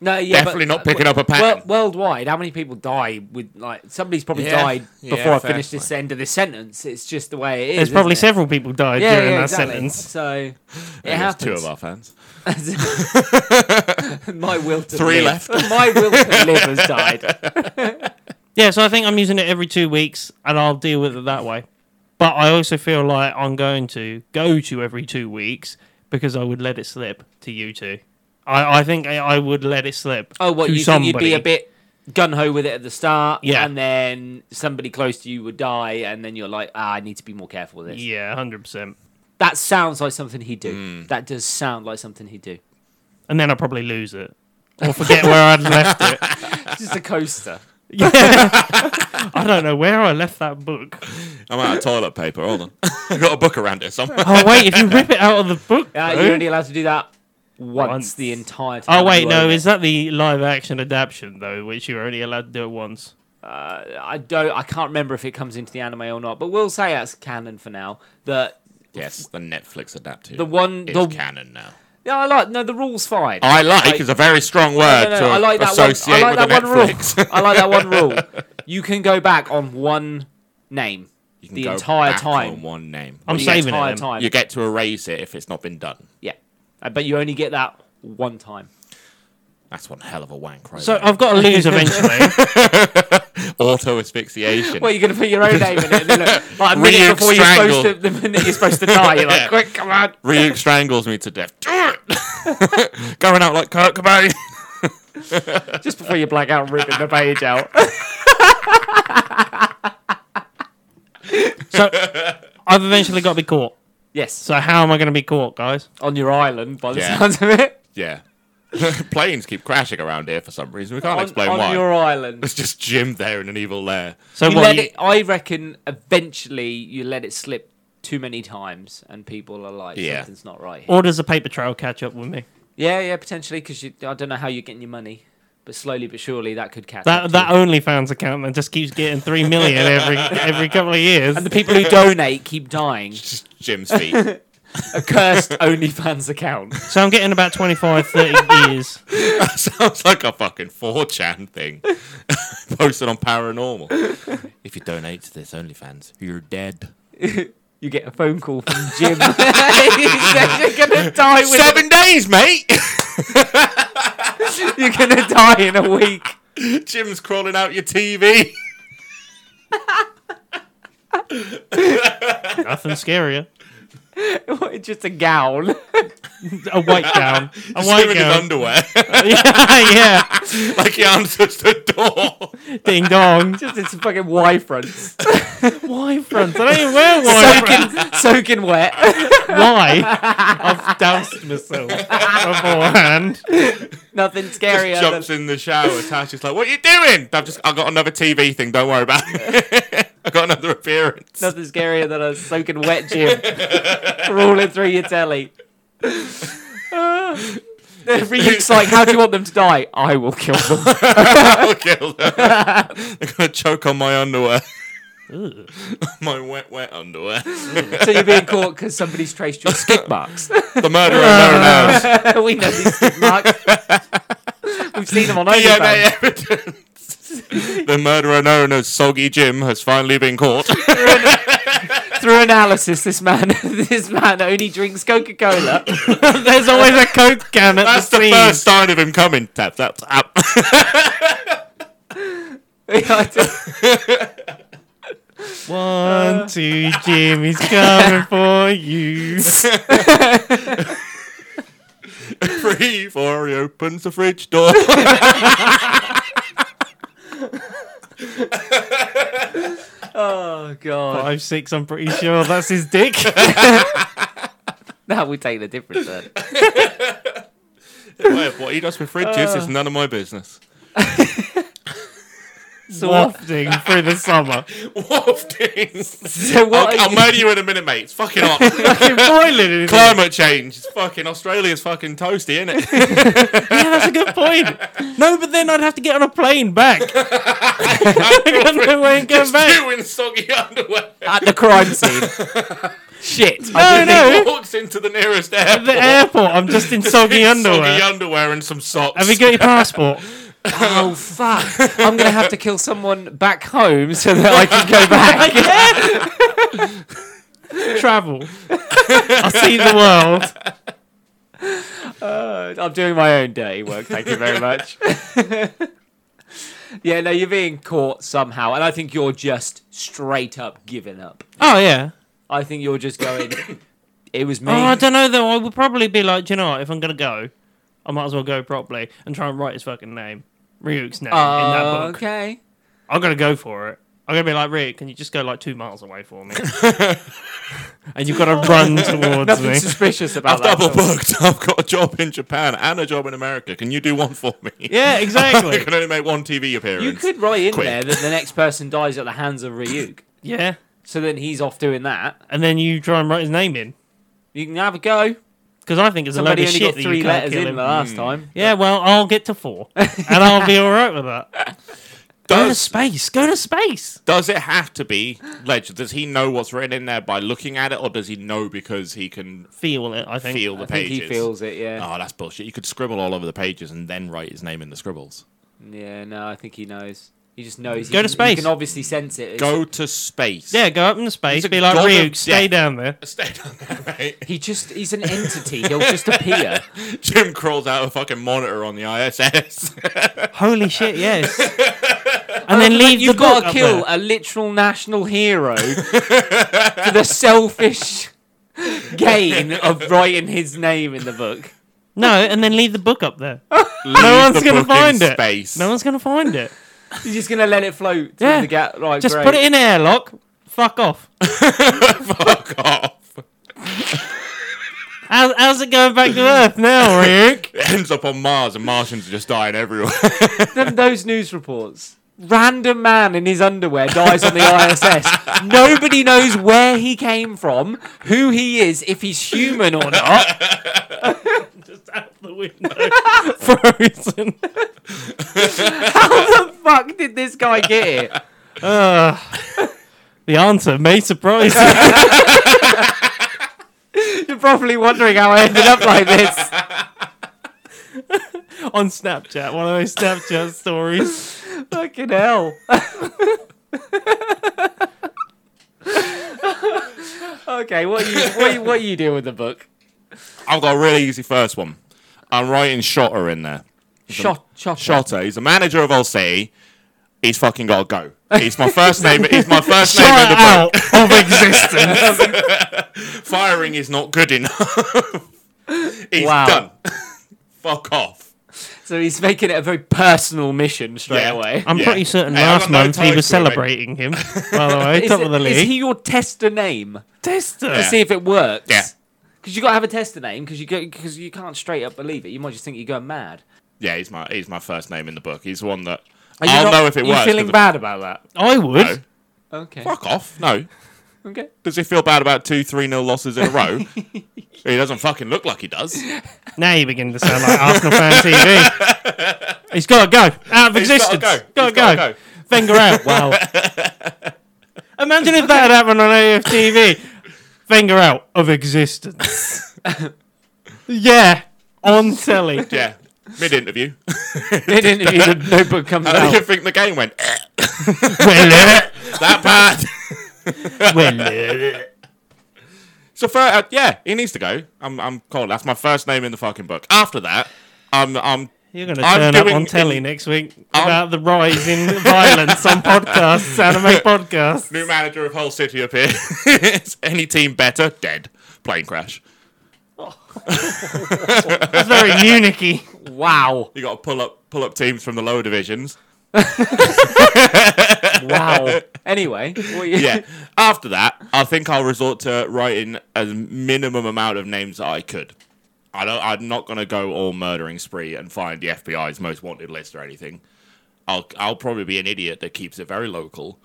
Speaker 1: No, yeah,
Speaker 2: Definitely
Speaker 1: but-
Speaker 2: not picking up a
Speaker 1: uh, Well,
Speaker 2: pattern.
Speaker 1: worldwide, how many people die with like somebody's probably
Speaker 2: Yeah,
Speaker 1: died
Speaker 2: yeah,
Speaker 1: before I
Speaker 2: fair
Speaker 1: finish this end of this sentence? It's just the way it is.
Speaker 3: There's
Speaker 1: isn't
Speaker 3: probably
Speaker 1: it?
Speaker 3: several people died
Speaker 1: Yeah,
Speaker 3: during
Speaker 1: yeah,
Speaker 3: that
Speaker 1: exactly.
Speaker 3: sentence.
Speaker 1: So it
Speaker 2: There's
Speaker 1: happens.
Speaker 2: two of our fans.
Speaker 1: My will to
Speaker 2: Three
Speaker 1: live. My will to live has died.
Speaker 3: Yeah, so I think I'm using it every two weeks and I'll deal with it that way. But I also feel like I'm going to go to every two weeks because I would let it slip to you two. I, I think I, I would let it slip.
Speaker 1: Oh, what
Speaker 3: to
Speaker 1: you
Speaker 3: somebody.
Speaker 1: think you'd be a bit gun ho with it at the start,
Speaker 3: Yeah.
Speaker 1: and then somebody close to you would die, and then you're like, ah, I need to be more careful with this.
Speaker 3: Yeah, Hmm. hundred percent.
Speaker 1: That sounds like something he'd do. That does sound like something he'd do.
Speaker 3: And then I'll probably lose it. Or forget where I'd left it.
Speaker 1: Just a coaster.
Speaker 3: Yeah. I don't know where I left that book.
Speaker 2: I'm out of toilet paper. Hold on. I've got a book around it somewhere.
Speaker 3: Oh wait, if you rip it out of the book.
Speaker 1: Uh,
Speaker 3: though-
Speaker 1: you're only allowed to do that once,
Speaker 3: Once.
Speaker 1: the entire time.
Speaker 3: Oh wait,
Speaker 1: you
Speaker 3: no,
Speaker 1: own it.
Speaker 3: is that the live action adaptation though, which you're only allowed to do it once?
Speaker 1: Uh, I don't. I can't remember if it comes into the anime or not, but we'll say that's canon for now. That
Speaker 2: Yes, the Netflix adaptation.
Speaker 1: The one-
Speaker 2: is
Speaker 1: the-
Speaker 2: canon now.
Speaker 1: yeah, I like. No, the rule's fine.
Speaker 2: I like, is a very strong word
Speaker 1: No, no, no,
Speaker 2: to
Speaker 1: I like that one. I
Speaker 2: associate
Speaker 1: like that
Speaker 2: with the
Speaker 1: one
Speaker 2: Netflix.
Speaker 1: rule. I like that one rule. You can go back on one name
Speaker 2: You can
Speaker 1: the
Speaker 2: go
Speaker 1: entire
Speaker 2: back
Speaker 1: time.
Speaker 2: on one name.
Speaker 3: I'm
Speaker 1: the
Speaker 3: saving it.
Speaker 1: entire
Speaker 3: then.
Speaker 1: time.
Speaker 2: You get to erase it if it's not been done.
Speaker 1: Yeah, Uh, but you only get that one time.
Speaker 2: That's one hell of a wank, right?
Speaker 3: So
Speaker 1: um,
Speaker 2: there.
Speaker 3: I've got to lose eventually.
Speaker 2: Auto asphyxiation.
Speaker 1: Well, you're going to put your own name in it. And then, like, like a minute before you're supposed to, the
Speaker 2: Re-strangle.
Speaker 1: minute you're supposed to die, you're like, quick, come on.
Speaker 2: Ryuk strangles me to death. Do it! Going out like Kurt Cobain.
Speaker 1: Just before you black out, ripping the page out.
Speaker 3: So I've eventually got to be caught.
Speaker 1: yes,
Speaker 3: So how am I going to be caught, guys?
Speaker 1: on your island by the
Speaker 2: Yeah.
Speaker 1: sounds of it.
Speaker 2: Yeah. Planes keep crashing around here for some reason. We can't
Speaker 1: on
Speaker 2: explain
Speaker 1: on
Speaker 2: why.
Speaker 1: your island.
Speaker 2: It's just Jim there in an evil lair.
Speaker 3: So
Speaker 1: You
Speaker 3: what?
Speaker 1: let
Speaker 3: You,
Speaker 1: it, I reckon eventually you let it slip too many times and people are like,
Speaker 2: Yeah.
Speaker 1: something's not right here.
Speaker 3: or does the paper trail catch up with me?
Speaker 1: yeah, yeah, potentially, because I don't know how you're getting your money. But slowly but surely that could catch up
Speaker 3: That
Speaker 1: to
Speaker 3: that
Speaker 1: you.
Speaker 3: OnlyFans account that just keeps getting three million every every couple of years.
Speaker 1: And the people who donate keep dying.
Speaker 2: Just Jim's feet.
Speaker 1: A cursed OnlyFans account.
Speaker 3: So I'm getting about 25, 30 years.
Speaker 2: Sounds like a fucking 4chan thing. Posted on Paranormal. If you donate to this OnlyFans, you're dead.
Speaker 1: You get a phone call from Jim. he says you're gonna die with
Speaker 2: Seven days, mate!
Speaker 1: You're gonna die in a week.
Speaker 2: Jim's crawling out your TV.
Speaker 3: Nothing scarier.
Speaker 1: Just a gown.
Speaker 3: A white gown. A
Speaker 2: Just him
Speaker 3: white
Speaker 2: in his
Speaker 3: gown.
Speaker 2: underwear.
Speaker 3: yeah, yeah.
Speaker 2: like he answers the door.
Speaker 3: Ding dong.
Speaker 1: Just it's fucking Y fronts.
Speaker 3: Why front? I don't even wear why front.
Speaker 1: soaking, soaking wet.
Speaker 3: Why? I've doused myself beforehand.
Speaker 1: Nothing scarier
Speaker 2: Jumps in the shower. Tasha's like, "What are you doing?" I've just, I got another TV thing. Don't worry about it. I got another appearance.
Speaker 1: than nothing scarier than a soaking wet Jim rolling through your telly. Ryuk's like, how do you want them to die? I will kill them.
Speaker 2: I'll kill them. They're gonna choke on my underwear.
Speaker 3: Ooh.
Speaker 2: my wet, wet underwear.
Speaker 1: so you're being caught because somebody's traced your skid marks.
Speaker 2: The murderer no knows.
Speaker 1: we know these skid marks. We've seen them on OnlyFans.
Speaker 2: DNA evidence. the murderer known as Soggy Jim has finally been caught.
Speaker 1: Through analysis, this man, this man only drinks Coca Cola.
Speaker 3: There's always a Coke can at
Speaker 2: That's
Speaker 3: the
Speaker 2: the
Speaker 3: scene.
Speaker 2: first sign of him coming. Tap, tap, tap.
Speaker 3: One, two, Jimmy's coming for you.
Speaker 2: Free before he opens the fridge door.
Speaker 1: oh god!
Speaker 3: Five, six, I'm pretty sure that's his dick.
Speaker 1: Now we take the difference. Then.
Speaker 2: what he does with fridges is none of my business.
Speaker 1: So what?
Speaker 3: Wafting through the summer.
Speaker 2: Wafting.
Speaker 1: So what?
Speaker 2: I'll,
Speaker 1: are
Speaker 2: I'll
Speaker 1: you-
Speaker 2: murder you in a minute, mate. It's fucking hot.
Speaker 3: Fucking boiling in here.
Speaker 2: Climate change. It's fucking Australia's fucking toasty, isn't it?
Speaker 3: Yeah, that's a good point. No, but then I'd have to get on a plane back. I got no way of going back.
Speaker 2: You in soggy underwear.
Speaker 1: at the crime scene. Shit!
Speaker 3: No,
Speaker 1: I didn't
Speaker 3: no.
Speaker 1: think-
Speaker 2: He walks into the nearest airport.
Speaker 3: The airport, I'm just in soggy
Speaker 2: in
Speaker 3: underwear.
Speaker 2: Soggy underwear and some socks.
Speaker 3: Have you got your passport?
Speaker 1: Oh fuck! I'm gonna have to kill someone back home so that I can go back.
Speaker 3: Travel. I see the world.
Speaker 1: Uh, I'm doing my own dirty work. Thank you very much. yeah, no, you're being caught somehow, and I think you're just straight up giving up.
Speaker 3: Oh yeah.
Speaker 1: I think you're just going. It was me.
Speaker 3: Oh, I don't know though. I would probably be like, Do you know, what? if I'm gonna go, I might as well go properly and try and write his fucking name, Ryuk's name in that
Speaker 1: Oh,
Speaker 3: book.
Speaker 1: okay.
Speaker 3: I'm gonna go for it. I'm gonna be like, Ryuk, can you just go like two miles away for me? and you've got to run towards
Speaker 1: Nothing
Speaker 3: me.
Speaker 1: suspicious
Speaker 2: I've
Speaker 1: about that. at
Speaker 2: double
Speaker 1: all.
Speaker 2: booked. I've got a job in Japan and a job in America. Can you do one for me?
Speaker 3: Yeah,
Speaker 2: I
Speaker 3: exactly.
Speaker 2: can only make one TV appearance.
Speaker 1: You could write in
Speaker 2: Quick.
Speaker 1: there that the next person dies at the hands of Ryuk.
Speaker 3: yeah.
Speaker 1: So then he's off doing that.
Speaker 3: and then you try and write his name in
Speaker 1: You can have a go.
Speaker 3: because I think it's
Speaker 1: Somebody
Speaker 3: a load
Speaker 1: only got
Speaker 3: of shit that
Speaker 1: three
Speaker 3: you can't
Speaker 1: letters
Speaker 3: kill
Speaker 1: in
Speaker 3: him. Hmm.
Speaker 1: the last time.
Speaker 3: Yeah, well, I'll get to four, and I'll be all right with that. Go to
Speaker 2: Does,
Speaker 3: space. Go to space.
Speaker 2: does it have to be legend? Does he know what's written in there by looking at it, or does he know because he can
Speaker 3: Feel it. I think.
Speaker 2: feel the
Speaker 1: I think
Speaker 2: pages?
Speaker 1: he feels it, yeah.
Speaker 2: Oh, that's bullshit. You could scribble all over the pages and then write his name in the scribbles.
Speaker 1: Yeah, no, I think he knows. He just knows. He
Speaker 3: Go to
Speaker 1: can,
Speaker 3: space.
Speaker 1: You can obviously sense it. It's-
Speaker 2: Go to space.
Speaker 3: Yeah, go up into space.
Speaker 2: He's a
Speaker 3: Be like
Speaker 2: god of
Speaker 3: Ryuk. Stay
Speaker 2: death.
Speaker 3: down there.
Speaker 2: Stay down there, mate.
Speaker 1: He just, he's an entity. He'll just appear.
Speaker 2: Jim crawls out a fucking monitor on the ISS.
Speaker 3: Holy shit! Yes. and then leave
Speaker 1: Oh, You've
Speaker 3: the
Speaker 1: got
Speaker 3: book
Speaker 1: to
Speaker 3: up
Speaker 1: kill
Speaker 3: there.
Speaker 1: a literal national hero for the selfish gain of writing his name in the book.
Speaker 3: No, and then leave the book up there.
Speaker 2: Leave
Speaker 3: no one's
Speaker 2: the
Speaker 3: gonna
Speaker 2: book
Speaker 3: find
Speaker 2: in
Speaker 3: it.
Speaker 2: Space.
Speaker 3: No one's gonna find it.
Speaker 1: You're just gonna let it float. through
Speaker 3: Yeah.
Speaker 1: The gap. Right,
Speaker 3: Just
Speaker 1: great.
Speaker 3: put it in airlock. Fuck off.
Speaker 2: Fuck off.
Speaker 3: How's, how's it going back to Earth now, Ryuk?
Speaker 2: It ends up on Mars, and Martians are just dying everywhere.
Speaker 1: Then those news reports. Random man in his underwear dies on the ISS. Nobody knows where he came from, who he is, if he's human or not.
Speaker 3: Just out the window, frozen.
Speaker 1: How the fuck did this guy get here?
Speaker 3: Ugh. the answer may surprise you.
Speaker 1: You're probably wondering how I ended up like this.
Speaker 3: on Snapchat, one of those Snapchat stories.
Speaker 1: Fucking hell. okay, what are you what are you, what are you doing with the book?
Speaker 2: I've got a really easy first one. I'm writing Shotter in there.
Speaker 1: Shot shot
Speaker 2: Shotter, he's the manager of Olsey. He's fucking gotta go. He's my first name. He's my first name in the book.
Speaker 3: out of existence.
Speaker 2: Firing is not good enough. he's
Speaker 1: Wow.
Speaker 2: done. Fuck off.
Speaker 1: So he's making it a very personal mission straight
Speaker 2: Yeah.
Speaker 1: away.
Speaker 3: I'm
Speaker 2: Yeah.
Speaker 3: pretty certain
Speaker 2: Hey, I've
Speaker 3: last
Speaker 2: got no
Speaker 3: month he
Speaker 2: time
Speaker 3: was
Speaker 2: for it, mate.
Speaker 3: celebrating him. By the way,
Speaker 1: Is
Speaker 3: top
Speaker 1: it-
Speaker 3: of the
Speaker 1: Is
Speaker 3: league.
Speaker 1: he your tester name?
Speaker 3: tester?
Speaker 1: to see if it works.
Speaker 2: Yeah.
Speaker 1: Because you got to have a tester name because you because you can't straight up believe it. You might just think you're going mad.
Speaker 2: Yeah, he's my he's my first name in the book. He's the one that
Speaker 1: Are you
Speaker 2: I'll
Speaker 1: not-
Speaker 2: know if it
Speaker 1: are you
Speaker 2: works.
Speaker 1: feeling
Speaker 2: 'cause
Speaker 1: bad about that?
Speaker 3: I would.
Speaker 2: No.
Speaker 1: Okay.
Speaker 2: the- Fuck off. No.
Speaker 1: Okay.
Speaker 2: Does he feel bad about two three nil losses in a row? he doesn't fucking look like he does.
Speaker 3: Now you begin to sound like Arsenal fan TV. He's got to go out of
Speaker 2: He's gotta
Speaker 3: existence.
Speaker 2: go. He's
Speaker 3: Got
Speaker 2: gotta
Speaker 3: to
Speaker 2: go.
Speaker 3: go. Finger out. Wow. Imagine if that had happened on AFTV. Finger out of existence. yeah, on telly.
Speaker 2: Yeah. Mid interview.
Speaker 1: Mid interview, the notebook comes
Speaker 2: How do you
Speaker 1: out.
Speaker 2: think the game went? Eh,
Speaker 3: Well,
Speaker 2: that bad.
Speaker 3: uh, well, uh.
Speaker 2: so for uh, yeah, he needs to go. I'm I'm calling. That's my first name in the fucking book. After that, I'm I'm
Speaker 3: You're going to
Speaker 2: I'm
Speaker 3: turn up
Speaker 2: doing-
Speaker 3: on telly next week about the rise in violence on podcasts, anime podcasts.
Speaker 2: new manager of Hull City up here. Is any team better? Dead. Plane crash.
Speaker 3: That's very Municky.
Speaker 1: Wow.
Speaker 2: You got to pull up pull up teams from the lower divisions.
Speaker 1: Wow. anyway. What you,
Speaker 2: yeah. After that, I think I'll resort to writing a minimum amount of names that I could. I don't. I'm not gonna go all murdering spree and find the FBI's most wanted list or anything. I'll I'll probably be an idiot that keeps it very local.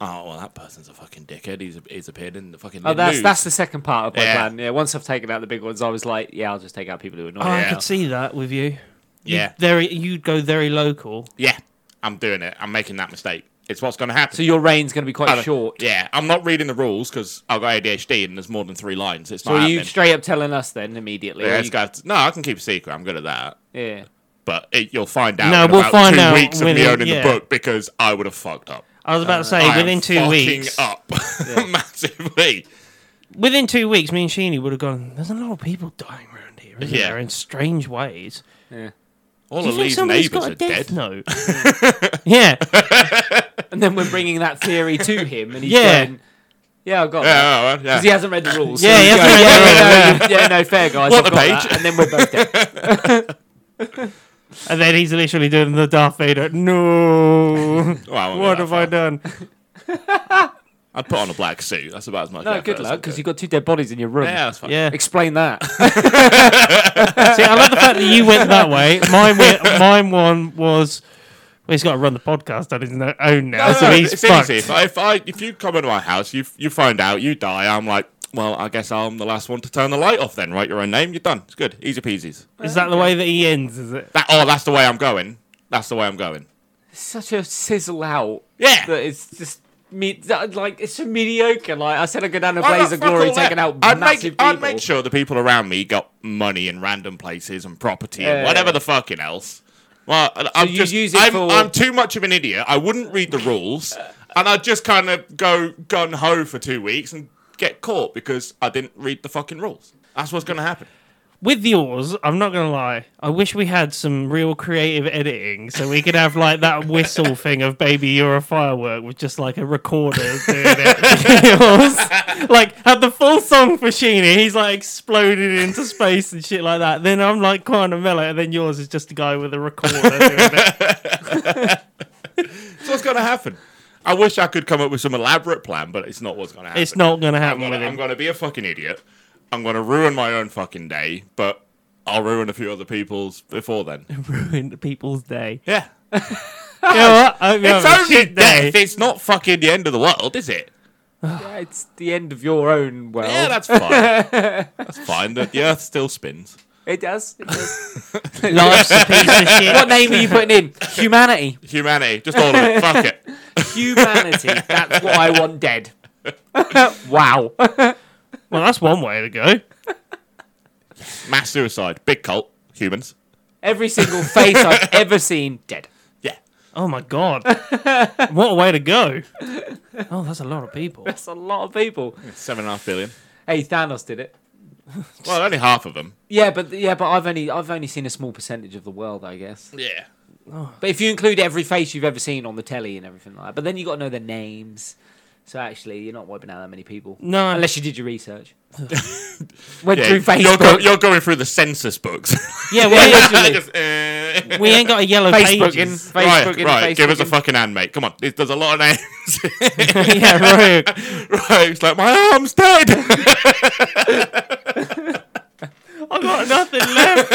Speaker 2: Oh well, that person's a fucking dickhead. He's he's appeared in the fucking.
Speaker 1: Oh, that's
Speaker 2: news.
Speaker 1: that's the second part of my
Speaker 2: Yeah.
Speaker 1: plan. Yeah. Once I've taken out the big ones, I was like, yeah, I'll just take out people who are not.
Speaker 3: Oh, I
Speaker 2: Yeah.
Speaker 3: could see that with you.
Speaker 2: yeah
Speaker 3: Very, you'd go very local.
Speaker 2: yeah. I'm doing it. I'm making that mistake. It's what's gonna happen.
Speaker 1: So your reign's going to be quite short.
Speaker 2: Yeah, I'm not reading the rules because I've got ADHD and there's more than three lines. It's
Speaker 1: So
Speaker 2: not
Speaker 1: are you
Speaker 2: happening.
Speaker 1: straight up telling us then immediately?
Speaker 2: Yeah,
Speaker 1: Or
Speaker 2: it's
Speaker 1: you-
Speaker 2: got- no, I can keep a secret. I'm good at that.
Speaker 1: yeah.
Speaker 2: but it, you'll find out.
Speaker 3: No,
Speaker 2: in
Speaker 3: we'll
Speaker 2: about
Speaker 3: find
Speaker 2: two
Speaker 3: out
Speaker 2: weeks of
Speaker 3: when
Speaker 2: me
Speaker 3: it-
Speaker 2: owning the
Speaker 3: yeah.
Speaker 2: book because I would have fucked up.
Speaker 3: I was about to say,
Speaker 2: Uh, I am
Speaker 3: within two
Speaker 2: fucking
Speaker 3: weeks.
Speaker 2: up massively.
Speaker 3: Within two weeks, me and Sheeny would have gone, there's a lot of people dying around here, isn't
Speaker 2: Yeah.
Speaker 3: there, in strange ways.
Speaker 2: All
Speaker 3: Do you
Speaker 2: of
Speaker 3: think
Speaker 2: Lee's
Speaker 3: somebody's
Speaker 2: neighbours
Speaker 3: got
Speaker 2: are
Speaker 3: a death
Speaker 2: dead.
Speaker 3: note? yeah,
Speaker 1: And then we're bringing that theory to him, and he's
Speaker 3: Yeah.
Speaker 1: going, yeah, I got that.
Speaker 2: Yeah, well, yeah.
Speaker 1: Because he hasn't read the rules. so
Speaker 3: Yeah, he
Speaker 1: he's
Speaker 3: hasn't
Speaker 1: going,
Speaker 3: read the
Speaker 1: yeah,
Speaker 3: rules,
Speaker 1: no, you- yeah, no, fair guys.
Speaker 2: What
Speaker 1: I've
Speaker 2: the
Speaker 1: got
Speaker 2: page?
Speaker 1: that. And then we're both dead.
Speaker 3: and then he's literally doing the Darth Vader. No,
Speaker 2: Well, I won't do that
Speaker 3: what have
Speaker 2: far.
Speaker 3: I done?
Speaker 2: I'd put on a black suit. That's about as much.
Speaker 1: No,
Speaker 2: effort
Speaker 1: good
Speaker 2: as
Speaker 1: luck,
Speaker 2: I
Speaker 1: because
Speaker 2: could.
Speaker 1: you've got two dead bodies in your room.
Speaker 2: Yeah, that's fine.
Speaker 3: Yeah,
Speaker 1: Explain that.
Speaker 3: See, I love the fact that you went that way. Mine, went, mine one was. Well, he's got to run the podcast on his no- own now,
Speaker 2: No,
Speaker 3: so
Speaker 2: no,
Speaker 3: he's
Speaker 2: it's
Speaker 3: fucked.
Speaker 2: easy. If I, if I if you come into my house, you you find out, you die. I'm like, well, I guess I'm the last one to turn the light off. Then write your own name. You're done. It's good. Easy peasies.
Speaker 3: Is that the way that he ends? Is it?
Speaker 2: That oh, that's the way I'm going. That's the way I'm going.
Speaker 1: Such a sizzle out
Speaker 2: Yeah.
Speaker 1: that it's just. Me, that- like it's so mediocre. Like I said, I go down a
Speaker 2: Why
Speaker 1: blaze
Speaker 2: not
Speaker 1: of
Speaker 2: fuck
Speaker 1: glory,
Speaker 2: all that?
Speaker 1: taking out
Speaker 2: I'd
Speaker 1: massive
Speaker 2: make,
Speaker 1: people.
Speaker 2: I'd make sure the people around me got money in random places and property
Speaker 1: Yeah.
Speaker 2: and whatever the fucking else. Well, I- I'm
Speaker 1: you
Speaker 2: just
Speaker 1: use it
Speaker 2: I'm,
Speaker 1: for-
Speaker 2: I'm too much of an idiot. I wouldn't read the rules, and I'd just kind of go gun ho for two weeks and get caught because I didn't read the fucking rules. That's what's going to happen.
Speaker 3: With the oars, I'm not gonna lie. I wish we had some real creative editing, so we could have like that whistle thing of "Baby, You're a Firework" with just like a recorder doing it. like had the full song for Sheena. He's like exploded into space and shit like that. Then I'm like kind of mellow, and then yours is just a guy with a recorder doing it.
Speaker 2: It's what's going to happen. I wish I could come up with some elaborate plan, but it's not what's going to happen.
Speaker 3: It's not gonna
Speaker 2: I'm
Speaker 3: happen
Speaker 2: gonna,
Speaker 3: with
Speaker 2: I'm
Speaker 3: him.
Speaker 2: gonna be a fucking idiot. I'm gonna ruin my own fucking day, but I'll ruin a few other people's before then.
Speaker 3: Ruin the people's day.
Speaker 2: Yeah.
Speaker 3: You know what? I hope you
Speaker 2: It's
Speaker 3: have a
Speaker 2: only
Speaker 3: shit
Speaker 2: death. It's not fucking the end of the world, is it?
Speaker 1: Yeah, it's the end of your own world.
Speaker 2: Yeah, that's fine. that's fine. The, the earth still spins.
Speaker 1: it does. It does.
Speaker 3: Life's a piece of shit.
Speaker 1: what name are you putting in? Humanity.
Speaker 2: Humanity, just all of it. Fuck it.
Speaker 1: Humanity. That's what I want dead. wow.
Speaker 3: Well, that's one way to go.
Speaker 2: Mass suicide. Big cult. Humans.
Speaker 1: Every single face I've ever seen dead.
Speaker 2: Yeah.
Speaker 3: Oh my god. what a way to go. Oh, that's a lot of people.
Speaker 1: That's a lot of people.
Speaker 2: Seven and a half billion.
Speaker 1: Hey, Thanos did it.
Speaker 2: Well, only half of them.
Speaker 1: Yeah, but yeah, but I've only I've only seen a small percentage of the world, I guess.
Speaker 2: Yeah.
Speaker 1: But if you include every face you've ever seen on the telly and everything like that, but then you got to know their names. So actually, you're not wiping out that many people,
Speaker 3: No,
Speaker 1: unless you did your research. Went
Speaker 2: yeah
Speaker 1: through
Speaker 2: you're, go-
Speaker 1: Facebook.
Speaker 2: you're going through the census books.
Speaker 3: yeah, we, ain't,
Speaker 2: Just, eh.
Speaker 3: we ain't got a yellow
Speaker 1: Facebook in,
Speaker 3: pages.
Speaker 1: Facebook
Speaker 2: right,
Speaker 1: in,
Speaker 2: right.
Speaker 1: Facebook
Speaker 2: Give us a
Speaker 1: in.
Speaker 2: fucking hand, mate. Come on. It- There's a lot of names.
Speaker 3: yeah, right.
Speaker 2: right. It's like, my arm's dead.
Speaker 3: I've got nothing left.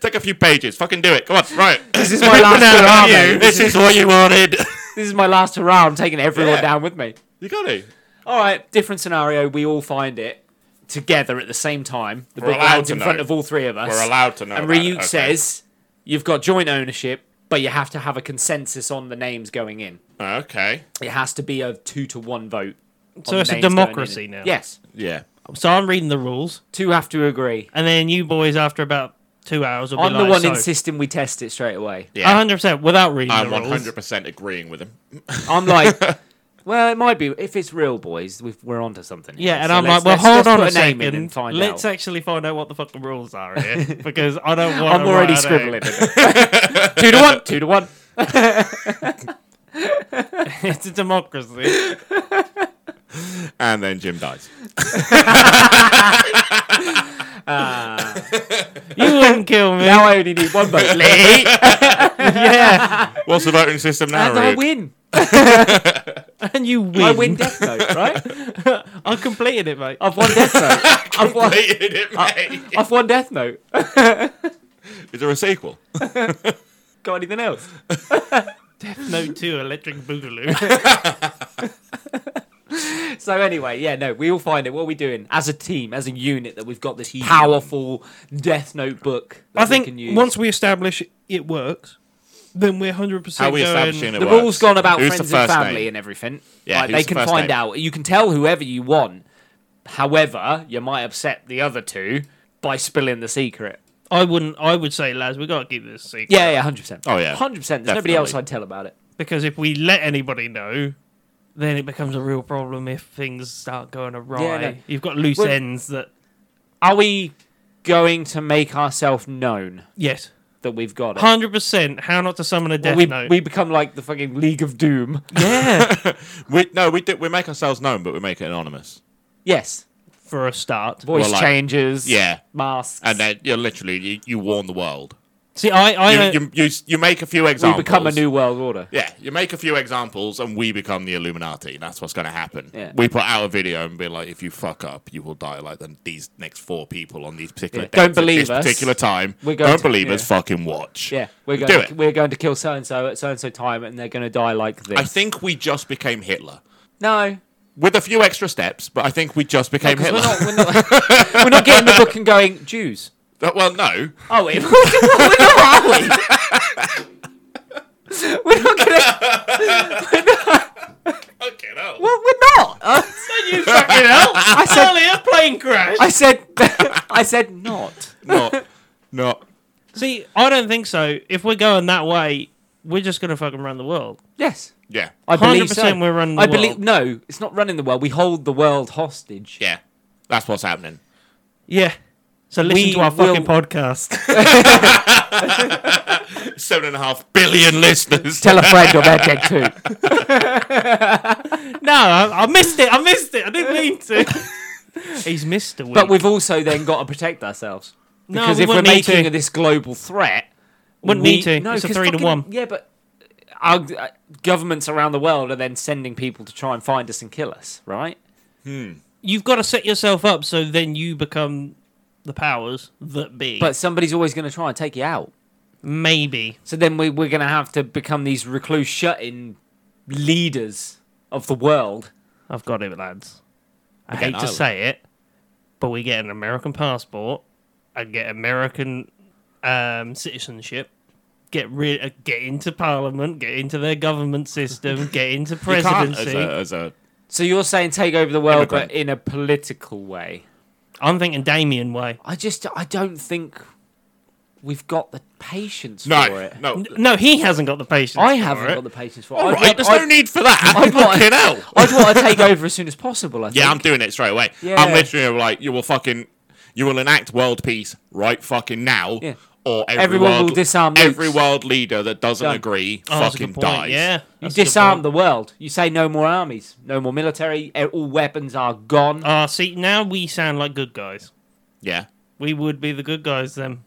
Speaker 2: Take a few pages. Fucking do it. Come on. Right.
Speaker 1: This is my last hurrah, mate.
Speaker 2: this is what you wanted.
Speaker 1: This is my last hurrah. I'm taking everyone
Speaker 2: Yeah.
Speaker 1: down with me.
Speaker 2: You got it.
Speaker 1: All right, different scenario. We all find it together at the same time. The
Speaker 2: We're
Speaker 1: book
Speaker 2: allowed
Speaker 1: lands
Speaker 2: to
Speaker 1: in
Speaker 2: know.
Speaker 1: front of all three of us.
Speaker 2: We're allowed to know.
Speaker 1: And
Speaker 2: about
Speaker 1: Ryuk
Speaker 2: it. Okay.
Speaker 1: says, "You've got joint ownership, but you have to have a consensus on the names going in.
Speaker 2: Uh, Okay.
Speaker 1: It has to be a two to one vote." on
Speaker 3: So
Speaker 1: the
Speaker 3: it's a
Speaker 1: names going in.
Speaker 3: democracy now.
Speaker 1: Yes,
Speaker 2: Yeah.
Speaker 3: So I'm reading the rules,
Speaker 1: two have to agree.
Speaker 3: and then you boys, after about two hours, will be
Speaker 1: I'm
Speaker 3: like,
Speaker 1: the one
Speaker 3: so,
Speaker 1: insisting we test it straight away.
Speaker 2: Yeah.
Speaker 3: 100% without reading
Speaker 2: I'm
Speaker 3: the rules.
Speaker 2: 100% agreeing with him.
Speaker 1: I'm like, well, it might be if it's real, boys. We've, we're onto something. here.
Speaker 3: Yeah, and
Speaker 1: So
Speaker 3: I'm
Speaker 1: let's-
Speaker 3: like, well,
Speaker 1: let's-
Speaker 3: hold
Speaker 1: let's put
Speaker 3: on a
Speaker 1: name in
Speaker 3: second.
Speaker 1: and find
Speaker 3: Let's
Speaker 1: out.
Speaker 3: actually find out what the fuck the rules are here, because I don't want.
Speaker 1: I'm already scribbling. it. two to one. Two to one.
Speaker 3: it's a democracy.
Speaker 2: And then Jim dies.
Speaker 3: You wouldn't kill me.
Speaker 1: Now I only need one vote.
Speaker 3: yeah,
Speaker 2: What's the voting system now,
Speaker 1: and I
Speaker 2: Reed?
Speaker 1: win.
Speaker 3: and you win.
Speaker 1: I win Death Note, right?
Speaker 3: I completed it, mate.
Speaker 1: I've won Death Note. I've won.
Speaker 2: Hated it, mate.
Speaker 1: I've won Death Note.
Speaker 2: Uh, Is there a sequel?
Speaker 1: Got anything else?
Speaker 3: No two electric boogaloo.
Speaker 1: So anyway, yeah, no, we all find it. What are we doing as a team, as a unit, that we've got this powerful Death Note book? That
Speaker 3: I
Speaker 1: we can
Speaker 3: think
Speaker 1: use.
Speaker 3: once we establish it works, then we're hundred percent.
Speaker 2: How are we establishing it
Speaker 1: the
Speaker 2: works?
Speaker 1: rules gone about
Speaker 2: Who's the
Speaker 1: friends and
Speaker 2: first
Speaker 1: family
Speaker 2: name?
Speaker 1: and everything.
Speaker 2: Yeah,
Speaker 1: like,
Speaker 2: who's
Speaker 1: they
Speaker 2: the
Speaker 1: can
Speaker 2: first
Speaker 1: find
Speaker 2: name?
Speaker 1: out. You can tell whoever you want. However, you might upset the other two by spilling the secret.
Speaker 3: I wouldn't. I would say, lads, we gotta keep this a secret.
Speaker 1: Yeah, yeah, hundred percent.
Speaker 2: Oh, yeah.
Speaker 1: hundred percent. There's nobody
Speaker 2: Definitely.
Speaker 1: else I'd tell about it.
Speaker 3: Because if we let anybody know, then it becomes a real problem if things start going awry.
Speaker 1: Yeah, no.
Speaker 3: You've got loose
Speaker 1: Well-
Speaker 3: ends that.
Speaker 1: Are we going to make ourselves known
Speaker 3: Yes,
Speaker 1: that we've got it?
Speaker 3: hundred percent. How not to summon a
Speaker 1: Or
Speaker 3: death
Speaker 1: we,
Speaker 3: note?
Speaker 1: we become like the fucking League of Doom.
Speaker 3: yeah,
Speaker 2: We, no, we, do, we make ourselves known, but we make it anonymous.
Speaker 1: Yes.
Speaker 3: for a start.
Speaker 1: Voice
Speaker 2: Well, like-
Speaker 1: changes.
Speaker 2: Yeah.
Speaker 1: Masks.
Speaker 2: And then you're literally, you, you warn the world.
Speaker 3: See, I, I
Speaker 2: You,
Speaker 3: don't-
Speaker 2: you, you, you make Uh, a few
Speaker 1: we
Speaker 2: examples.
Speaker 1: become a new world order.
Speaker 2: Yeah, you make a few examples and we become the Illuminati. That's what's going to happen.
Speaker 1: Yeah.
Speaker 2: We put out a video and be like, if you fuck up, you will die like the, these next four people on these particular
Speaker 1: Yeah. Don't
Speaker 2: dates at
Speaker 1: believe
Speaker 2: this
Speaker 1: us.
Speaker 2: particular time.
Speaker 1: We're going
Speaker 2: Don't
Speaker 1: to-
Speaker 2: believe us.
Speaker 1: yeah.
Speaker 2: Fucking watch.
Speaker 1: Yeah, we're going.
Speaker 2: Do
Speaker 1: to,
Speaker 2: it.
Speaker 1: We're going to kill so and so at so and so time, and they're going to die like this.
Speaker 2: I think we just became Hitler.
Speaker 1: no,
Speaker 2: With a few extra steps, but I think we just became
Speaker 1: 'cause
Speaker 2: Hitler.
Speaker 1: we're not. We're not, we're not getting the book and going Jews.
Speaker 2: Uh, well, no.
Speaker 1: Oh wait, we're not, are we? We're not gonna.
Speaker 2: Okay, no.
Speaker 1: Well, we're not. Uh,
Speaker 3: you fucking hell! I
Speaker 1: said-
Speaker 3: earlier plane crash.
Speaker 1: I said. I said not.
Speaker 2: Not. Not.
Speaker 3: See, I don't think so. If we're going that way, we're just gonna fucking run the world.
Speaker 1: Yes,
Speaker 2: Yeah.
Speaker 1: I believe so.
Speaker 3: 100% we're running the
Speaker 1: I believe
Speaker 3: world.
Speaker 1: no. It's not running the world. We hold the world hostage.
Speaker 2: Yeah. That's what's happening.
Speaker 3: Yeah. So listen
Speaker 1: We
Speaker 3: to our fucking
Speaker 1: will-
Speaker 3: podcast.
Speaker 2: Seven and a half billion listeners.
Speaker 1: Tell a friend on their dead too.
Speaker 3: no, I, I missed it. I missed it. I didn't mean to. He's missed a week.
Speaker 1: But we've also then got to protect ourselves
Speaker 3: No,
Speaker 1: because
Speaker 3: we
Speaker 1: if we're
Speaker 3: wouldn't need
Speaker 1: making
Speaker 3: to.
Speaker 1: this global threat,
Speaker 3: Wouldn't
Speaker 1: we,
Speaker 3: need to. It's a
Speaker 1: 'cause
Speaker 3: three to
Speaker 1: fucking-
Speaker 3: one.
Speaker 1: Yeah, but our uh, governments around the world are then sending people to try and find us and kill us, right?
Speaker 3: You've got to set yourself up so then you become the powers that be.
Speaker 1: But somebody's always going to try and take you out.
Speaker 3: maybe.
Speaker 1: So then we, we're going to have to become these recluse shut-in leaders of the world.
Speaker 3: I've got it, lads. I
Speaker 2: Again,
Speaker 3: hate to
Speaker 2: I-
Speaker 3: say it, but we get an American passport and get American um, citizenship. Get rid, uh, get into Parliament, get into their government system, get into
Speaker 2: You can't
Speaker 3: presidency.
Speaker 2: As a, as a,
Speaker 1: So you're saying take over the world,
Speaker 2: Immigrant.
Speaker 1: but in a political way?
Speaker 3: I'm thinking Damien way.
Speaker 1: I just I don't think we've got the patience for
Speaker 2: no,
Speaker 1: it.
Speaker 2: no.
Speaker 3: N- No, he hasn't got the patience.
Speaker 1: I
Speaker 3: for
Speaker 1: haven't
Speaker 3: it.
Speaker 1: got the patience for it.
Speaker 2: All
Speaker 1: I'd
Speaker 2: right,
Speaker 1: want-
Speaker 2: there's
Speaker 1: I'd-
Speaker 2: no need for that.
Speaker 1: I'd want-
Speaker 2: Fucking hell.
Speaker 1: I'd want to take over as soon as possible. I think.
Speaker 2: Yeah, I'm doing it straight away.
Speaker 1: Yeah.
Speaker 2: I'm literally like, you will fucking, you will enact world peace right fucking now,
Speaker 1: Yeah.
Speaker 2: or every
Speaker 1: Everyone will
Speaker 2: world,
Speaker 1: disarm Luke's.
Speaker 2: every world leader that doesn't
Speaker 1: Done.
Speaker 2: agree
Speaker 3: Oh, that's a
Speaker 2: fucking
Speaker 3: good point,
Speaker 2: dies.
Speaker 3: Yeah,
Speaker 1: you
Speaker 3: that's a good
Speaker 1: disarm
Speaker 3: point.
Speaker 1: the world. You say no more armies, no more military. e- All weapons are gone.
Speaker 3: Ah, see, now we sound like good guys.
Speaker 2: yeah.
Speaker 3: We would be the good guys then.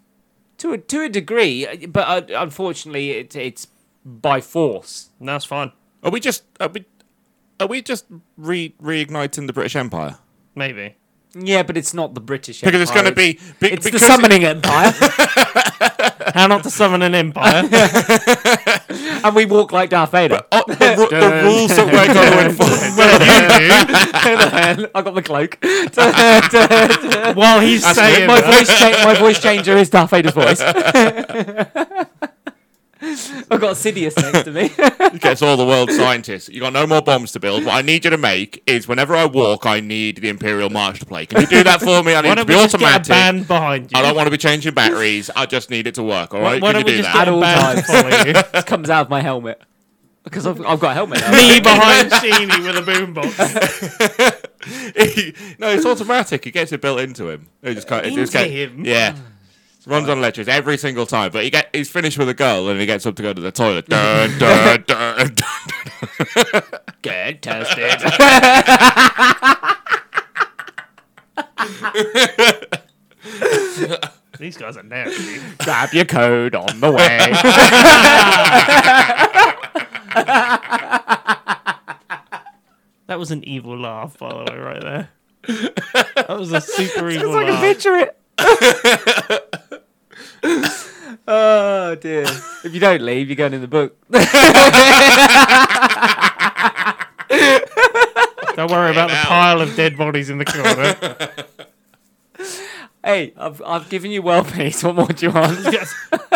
Speaker 1: to a to a degree, uh, but uh, unfortunately, it, it's by force.
Speaker 3: And That's fine.
Speaker 2: Are we just are we, are we just re reigniting the British Empire?
Speaker 3: Maybe.
Speaker 1: Yeah, but it's not the British
Speaker 2: Because it's going to
Speaker 1: Empire,
Speaker 2: be be-
Speaker 1: It's the
Speaker 2: because
Speaker 1: summoning empire,
Speaker 3: How not to summon an empire?
Speaker 1: and we walk like Darth Vader.
Speaker 2: oh, the, ru- the rules that we're going to enforce.
Speaker 1: I got the cloak.
Speaker 3: While he's saying
Speaker 1: my
Speaker 3: that.
Speaker 1: voice, cha- my voice changer is Darth Vader's voice. I've got Sidious next to me.
Speaker 2: gets all the world scientists. You got no more bombs to build. What I need you to make is whenever I walk, I need the Imperial March to play. Can you do that for me? I
Speaker 3: Why
Speaker 2: need it to
Speaker 3: don't
Speaker 2: be
Speaker 3: we just get a
Speaker 2: automatic.
Speaker 3: band behind you?
Speaker 2: I don't want to be changing batteries. I just need it to work. All
Speaker 3: Why
Speaker 2: right,
Speaker 3: don't
Speaker 2: can you
Speaker 3: we
Speaker 2: do
Speaker 3: just
Speaker 2: that?
Speaker 3: get
Speaker 1: At all
Speaker 3: a
Speaker 1: times.
Speaker 3: band following you?
Speaker 1: It comes out of my helmet because I've, I've got a helmet. now.
Speaker 3: Me behind Sheeny with a boombox.
Speaker 2: no, it's automatic. It gets it built into him. It just can't, it just
Speaker 3: Into
Speaker 2: get-
Speaker 3: him?
Speaker 2: Yeah. Runs on electric every single time, but he get he's finished with a girl and he gets up to go to the toilet. Dun, dun, dun, dun.
Speaker 1: Good toasted.
Speaker 3: These guys are nasty.
Speaker 1: Grab your code on the way.
Speaker 3: That was an evil laugh, by the way, right there. That was a super evil
Speaker 1: I can
Speaker 3: laugh.
Speaker 1: picture it. oh dear! If you don't leave, you're going in the book.
Speaker 3: Don't worry about the pile of dead bodies in the corner.
Speaker 1: hey, I've, I've given you world peace. What more do you want?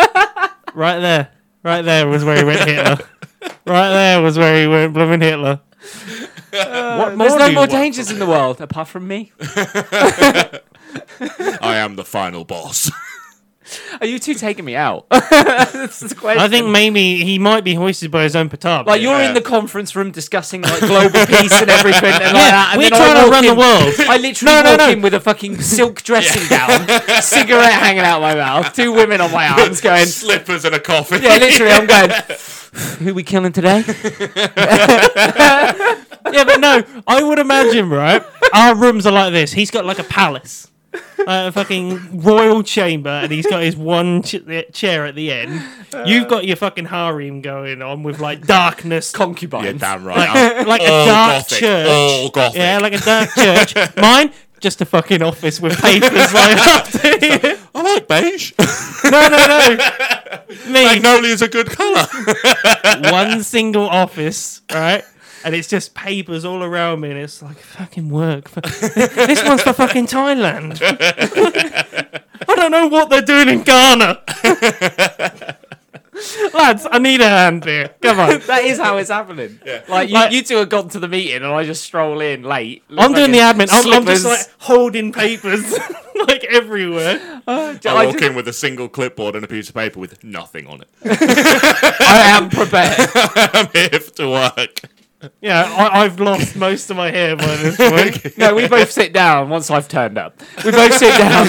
Speaker 3: right there. Right there was where he went Hitler. Right there was where he went blooming Hitler. what
Speaker 1: Uh, There's
Speaker 3: do
Speaker 1: no
Speaker 3: you
Speaker 1: more
Speaker 3: want?
Speaker 1: dangers in the world apart from me.
Speaker 2: I am the final boss.
Speaker 1: Are Oh, you two taking me out? That's the question.
Speaker 3: I think maybe he might be hoisted by his own petard.
Speaker 1: Like you're
Speaker 2: Yeah.
Speaker 1: in the conference room discussing like global peace and everything and like that. And
Speaker 3: we're
Speaker 1: then I
Speaker 3: trying to
Speaker 1: walk
Speaker 3: run
Speaker 1: in-
Speaker 3: the world.
Speaker 1: I literally
Speaker 3: No, no,
Speaker 1: walk
Speaker 3: no.
Speaker 1: in with a fucking silk dressing gown, cigarette hanging out my mouth, two women on my arms going.
Speaker 2: Slippers and a coffin.
Speaker 1: Yeah, literally, I'm going. Who we killing today?
Speaker 3: Yeah, but no, I would imagine, right? Our rooms are like this. He's got like a palace, like a fucking royal chamber, and he's got his one ch- chair at the end. You've got your fucking harem going on with like darkness,
Speaker 2: You're
Speaker 1: Concubines.
Speaker 2: damn right. I'm
Speaker 3: like, like a
Speaker 2: all
Speaker 3: dark
Speaker 2: gothic,
Speaker 3: church.
Speaker 2: All gothic.
Speaker 3: Yeah, like a dark church. Mine, just a fucking office with papers lined up. to you.
Speaker 2: I like beige.
Speaker 3: no, no, no. Me,
Speaker 2: Magnolia's a good colour.
Speaker 3: one single office, right? And it's just papers all around me, and it's like fucking work. this one's for fucking Thailand. I don't know what they're doing in Ghana. Lads, I need a hand here. Come on.
Speaker 1: That is how it's happening. Like, you,
Speaker 3: Like-
Speaker 1: you two have gone to the meeting, and I just stroll in late.
Speaker 3: I'm doing the admin. I'm, I'm
Speaker 1: Slippers.
Speaker 3: just like holding papers like everywhere.
Speaker 2: I
Speaker 1: I,
Speaker 2: walk
Speaker 1: just,
Speaker 2: in with a single clipboard and a piece of paper with nothing on it.
Speaker 1: I am prepared.
Speaker 2: I'm here to work.
Speaker 3: Yeah, I, I've lost most of my hair by this point.
Speaker 1: No, we both sit down once I've turned up. We both sit down.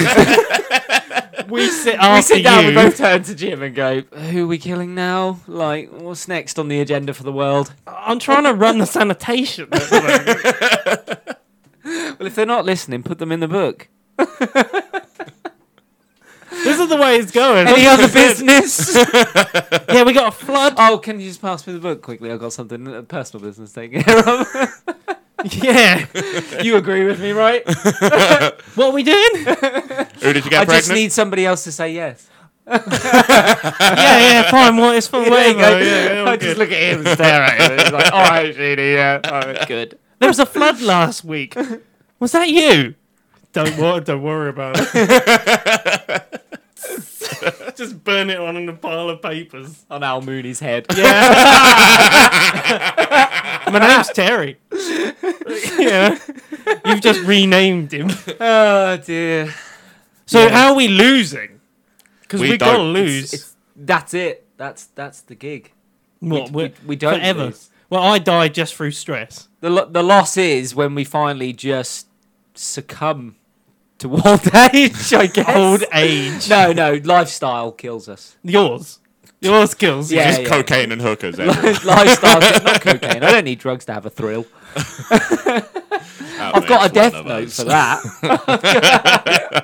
Speaker 3: we sit
Speaker 1: we
Speaker 3: after
Speaker 1: sit down.
Speaker 3: you.
Speaker 1: We both turn to Jim and go, "Who are we killing now? Like, what's next on the agenda for the world?"
Speaker 3: I'm trying to run the sanitation. at the moment.
Speaker 1: Well, if they're not listening, put them in the book.
Speaker 3: this is the way it's going.
Speaker 1: Any other business?
Speaker 3: Yeah, we got a flood.
Speaker 1: oh, can you just pass me the book quickly? I've got something uh, personal business taken care of.
Speaker 3: Yeah.
Speaker 1: you agree with me, right?
Speaker 3: What are we doing? yeah,
Speaker 2: Who did you get
Speaker 1: I
Speaker 2: pregnant?
Speaker 1: just need somebody else to say yes.
Speaker 3: yeah, fine. What is for
Speaker 1: There you go.
Speaker 3: whatever. Yeah, yeah,
Speaker 1: I
Speaker 3: we're
Speaker 1: just
Speaker 3: good.
Speaker 1: look at him and stare at him. It's like, all right, Sheedy, yeah, all right, good.
Speaker 3: There was a flood last week. Was that you? Don't worry, don't worry about it. Just burn it on in a pile of papers.
Speaker 1: On Al Mooney's head.
Speaker 3: Yeah. My name's Terry. yeah. You've just renamed him.
Speaker 1: Oh dear.
Speaker 3: So how are we losing? Because
Speaker 2: We
Speaker 3: we, gotta
Speaker 2: don't. It's-
Speaker 3: lose.
Speaker 1: It's, that's it. That's that's the gig.
Speaker 3: what,
Speaker 1: we,
Speaker 3: we,
Speaker 1: we, don't
Speaker 3: forever.
Speaker 1: lose.
Speaker 3: Well, I died just through stress.
Speaker 1: The lo- the loss is when we finally just succumb to old age. I guess.
Speaker 3: Old age.
Speaker 1: No, no. Lifestyle kills us.
Speaker 3: Yours. Yours kills. you.
Speaker 1: Yeah,
Speaker 2: Just cocaine and hookers. everyone.
Speaker 1: Lifestyle, not cocaine. I don't need drugs to have a thrill.
Speaker 2: That
Speaker 1: I've got a
Speaker 2: makes one
Speaker 1: death
Speaker 2: of
Speaker 1: note
Speaker 2: us.
Speaker 1: for that.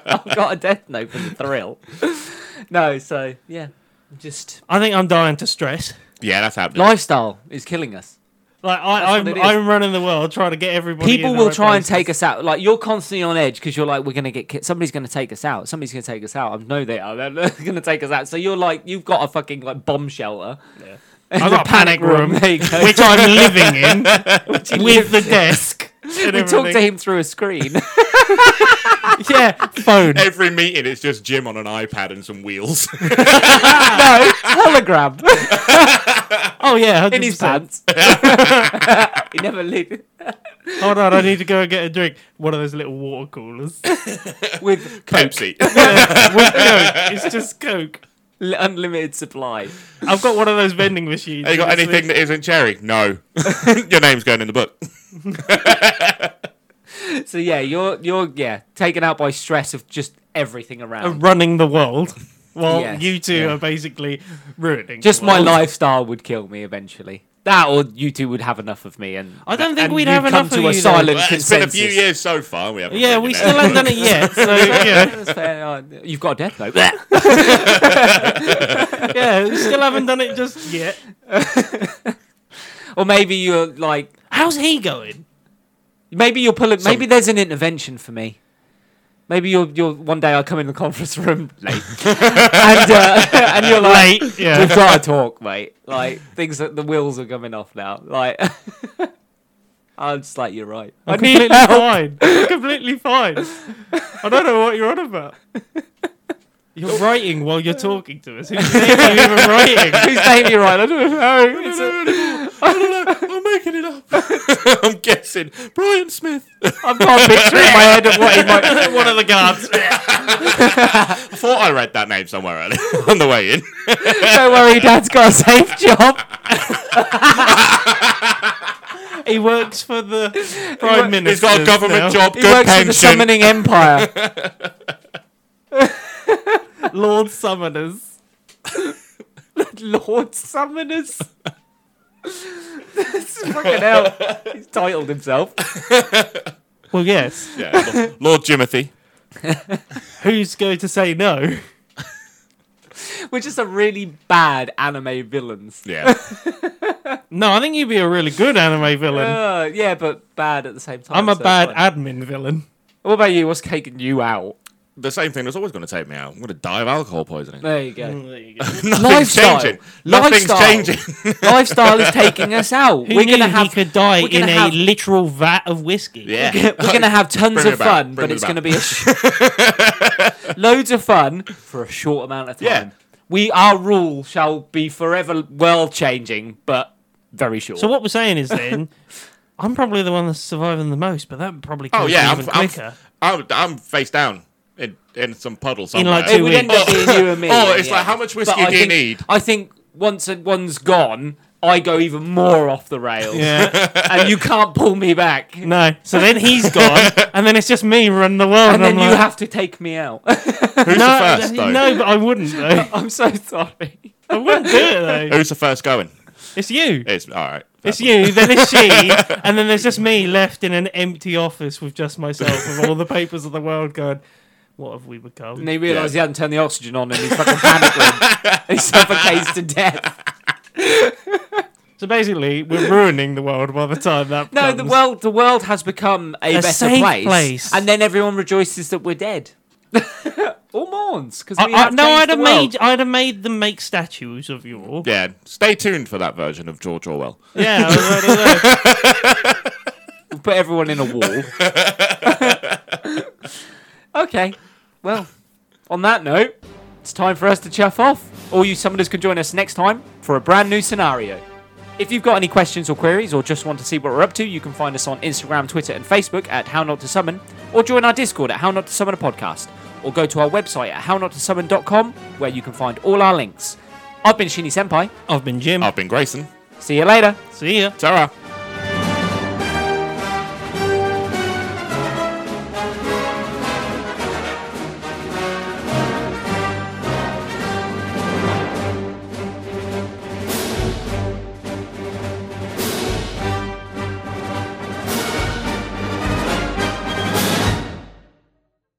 Speaker 1: I've got a death note for the thrill. No, so yeah, just
Speaker 3: I think I'm dying to stress.
Speaker 2: Yeah, that's happening.
Speaker 1: lifestyle is killing us.
Speaker 3: Like I,
Speaker 1: That's what
Speaker 3: I'm,
Speaker 1: it is.
Speaker 3: I'm running the world trying to get everybody.
Speaker 1: People
Speaker 3: in
Speaker 1: will try and take us out. Like you're constantly on edge because you're like, we're gonna get ki- somebody's gonna take us out. Somebody's gonna take us out. I know they are. They're gonna take us out. So you're like, you've got a fucking like bomb shelter.
Speaker 3: I've got a panic room,
Speaker 1: There you go.
Speaker 3: which I'm living in, with the desk. and
Speaker 1: we talk to
Speaker 3: everything.
Speaker 1: him through a screen.
Speaker 3: Yeah, phone.
Speaker 2: Every meeting, it's just Jim on an iPad and some wheels.
Speaker 3: Ah.
Speaker 1: no, hologram
Speaker 3: Oh yeah, 100%.
Speaker 1: in his pants. he never lived
Speaker 3: Hold on, I need to go and get a drink. One of those little water coolers. With-
Speaker 1: with
Speaker 2: Pepsi.
Speaker 3: no, it's just Coke.
Speaker 1: l- unlimited supply.
Speaker 3: I've got one of those vending machines.
Speaker 2: Have you got anything that isn't cherry? No. Your name's going in the book.
Speaker 1: So yeah, you're you're yeah taken out by stress of just everything around.
Speaker 3: running the world? Well,
Speaker 1: Yes,
Speaker 3: you two
Speaker 1: yeah.
Speaker 3: are basically ruining.
Speaker 1: Just
Speaker 3: the
Speaker 1: my
Speaker 3: world.
Speaker 1: lifestyle would kill me eventually. That or you two would have enough of me, and
Speaker 3: I don't think
Speaker 1: and
Speaker 3: we'd
Speaker 1: you'd
Speaker 3: have
Speaker 1: come
Speaker 3: enough
Speaker 1: to
Speaker 3: of
Speaker 1: a
Speaker 3: you, though.
Speaker 1: silent
Speaker 2: Well, it's
Speaker 1: consensus.
Speaker 2: been a few years so far. We haven't
Speaker 3: Yeah,
Speaker 2: taken
Speaker 3: we
Speaker 2: it.
Speaker 3: still haven't done it yet. So yeah,
Speaker 1: That's fair. Oh, You've got a death note. Blech.
Speaker 3: yeah, we still haven't done it just yet.
Speaker 1: or maybe you're like,
Speaker 3: How's he going?
Speaker 1: maybe you're pulling.
Speaker 2: Some-
Speaker 1: Maybe there's an intervention for me. Maybe you're you're one day I come in the conference room late, and uh, and you're like,
Speaker 3: Late.
Speaker 1: we've
Speaker 3: Yeah.
Speaker 1: got to talk, mate. Like things that the wheels are coming off now. Like I'm just like you're right. I
Speaker 3: I'm
Speaker 1: need
Speaker 3: completely
Speaker 1: help.
Speaker 3: fine. I'm completely fine. I don't know what you're on about. You're writing while you're talking to us. Who's making you even writing?
Speaker 1: Who's saying you're right? I don't know. It's a-
Speaker 2: I'm making it up. I'm guessing. Brian Smith.
Speaker 1: I'm can't picture in my head of what he might.
Speaker 3: One of the guards.
Speaker 2: I thought I read that name somewhere earlier on the way in.
Speaker 1: Don't worry, Dad's got a safe job.
Speaker 3: He works for the prime minister.
Speaker 2: He's got a government
Speaker 3: now.
Speaker 2: job,
Speaker 1: He
Speaker 2: good
Speaker 1: works for the
Speaker 2: pension.
Speaker 1: Summoning Empire.
Speaker 3: Lord Summoners.
Speaker 1: Lord Summoners. This is fucking hell. He's titled himself.
Speaker 3: Well, yes.
Speaker 2: Yeah, Lord- Lord Jimothy.
Speaker 3: Who's going to say no?
Speaker 1: We're just a really bad anime villains.
Speaker 2: Yeah.
Speaker 3: No, I think you'd be a really good anime villain.
Speaker 1: Uh, yeah, but bad at the same time.
Speaker 3: I'm a
Speaker 1: so
Speaker 3: bad
Speaker 1: it's fine.
Speaker 3: admin villain.
Speaker 1: what about you? What's taking you out?
Speaker 2: The same thing that's always going to take me out. I'm going to die of alcohol poisoning.
Speaker 1: There you
Speaker 3: Mm,
Speaker 1: go.
Speaker 2: Nothing's
Speaker 1: Lifestyle.
Speaker 2: changing. Nothing's
Speaker 1: Lifestyle.
Speaker 2: changing.
Speaker 1: Lifestyle is taking us out.
Speaker 3: Who
Speaker 1: we're
Speaker 3: knew
Speaker 1: gonna have
Speaker 3: Mm. he could die
Speaker 1: we're gonna
Speaker 3: in
Speaker 1: have-
Speaker 3: a literal vat of whiskey?
Speaker 2: Yeah.
Speaker 1: we're gonna have tons
Speaker 2: Bring it
Speaker 1: of
Speaker 2: back.
Speaker 1: fun,
Speaker 2: Bring
Speaker 1: but
Speaker 2: it
Speaker 1: it's
Speaker 2: back.
Speaker 1: gonna be a sh- loads of fun for a short amount of time.
Speaker 2: Yeah.
Speaker 1: We our rule shall be forever world changing, but very short.
Speaker 3: So what we're saying is then, I'm probably the one that's surviving the most, but that probably
Speaker 2: Oh
Speaker 3: kills me
Speaker 2: yeah, I'm,
Speaker 3: even
Speaker 2: I'm,
Speaker 3: quicker.
Speaker 2: I'm, I'm face down in, in some puddle somewhere.
Speaker 3: like
Speaker 1: it
Speaker 3: two
Speaker 1: would end up
Speaker 2: weeks.
Speaker 1: being you and me.
Speaker 2: Oh, it's
Speaker 1: yeah.
Speaker 2: like, how much whiskey
Speaker 1: But I
Speaker 2: do you
Speaker 1: think-
Speaker 2: need?
Speaker 1: I think once one's gone, I go even more off the rails,
Speaker 3: Yeah.
Speaker 1: and you can't pull me back.
Speaker 3: no. So then he's gone, and then it's just me running the world.
Speaker 1: And
Speaker 3: I'm
Speaker 1: then you
Speaker 3: like,
Speaker 1: have to take me out.
Speaker 2: Who's
Speaker 3: no,
Speaker 2: the first though?
Speaker 3: no, but I wouldn't though.
Speaker 1: I'm so sorry.
Speaker 3: I wouldn't do it though.
Speaker 2: Who's the first going?
Speaker 3: It's you.
Speaker 2: It's all right.
Speaker 3: It's you. Then it's she, and then there's just me left in an empty office with just myself with all the papers of the world going. What have we become?
Speaker 1: And he realised he
Speaker 2: Yeah.
Speaker 1: hadn't turned the oxygen on, and he's fucking panicking. he suffocates to death.
Speaker 3: So basically, we're ruining the world by the time that.
Speaker 1: No,
Speaker 3: comes.
Speaker 1: the world, the world has become a,
Speaker 3: A
Speaker 1: better
Speaker 3: safe
Speaker 1: place,
Speaker 3: place.
Speaker 1: and then everyone rejoices that we're dead. or mourns because
Speaker 3: I,
Speaker 1: we
Speaker 3: I,
Speaker 1: have
Speaker 3: no,
Speaker 1: changed
Speaker 3: I'd
Speaker 1: the
Speaker 3: have
Speaker 1: world.
Speaker 3: made. I'd have made them make statues of you all.
Speaker 2: Yeah, stay tuned for that version of George Orwell.
Speaker 3: Yeah, I don't know.
Speaker 1: put everyone in a wall. okay. Well, on that note, it's time for us to chuff off. All you summoners can join us next time for a brand new scenario. If you've got any questions or queries or just want to see what we're up to, you can find us on Instagram, Twitter, and Facebook at How Not to Summon, or join our Discord at How Not to Summon a Podcast, or go to our website at hownotosummon.com where you can find all our links. I've been Shinny Senpai. Oh.
Speaker 3: I've been Jim.
Speaker 2: I've been Grayson.
Speaker 1: See you later.
Speaker 3: See ya.
Speaker 2: Sarah.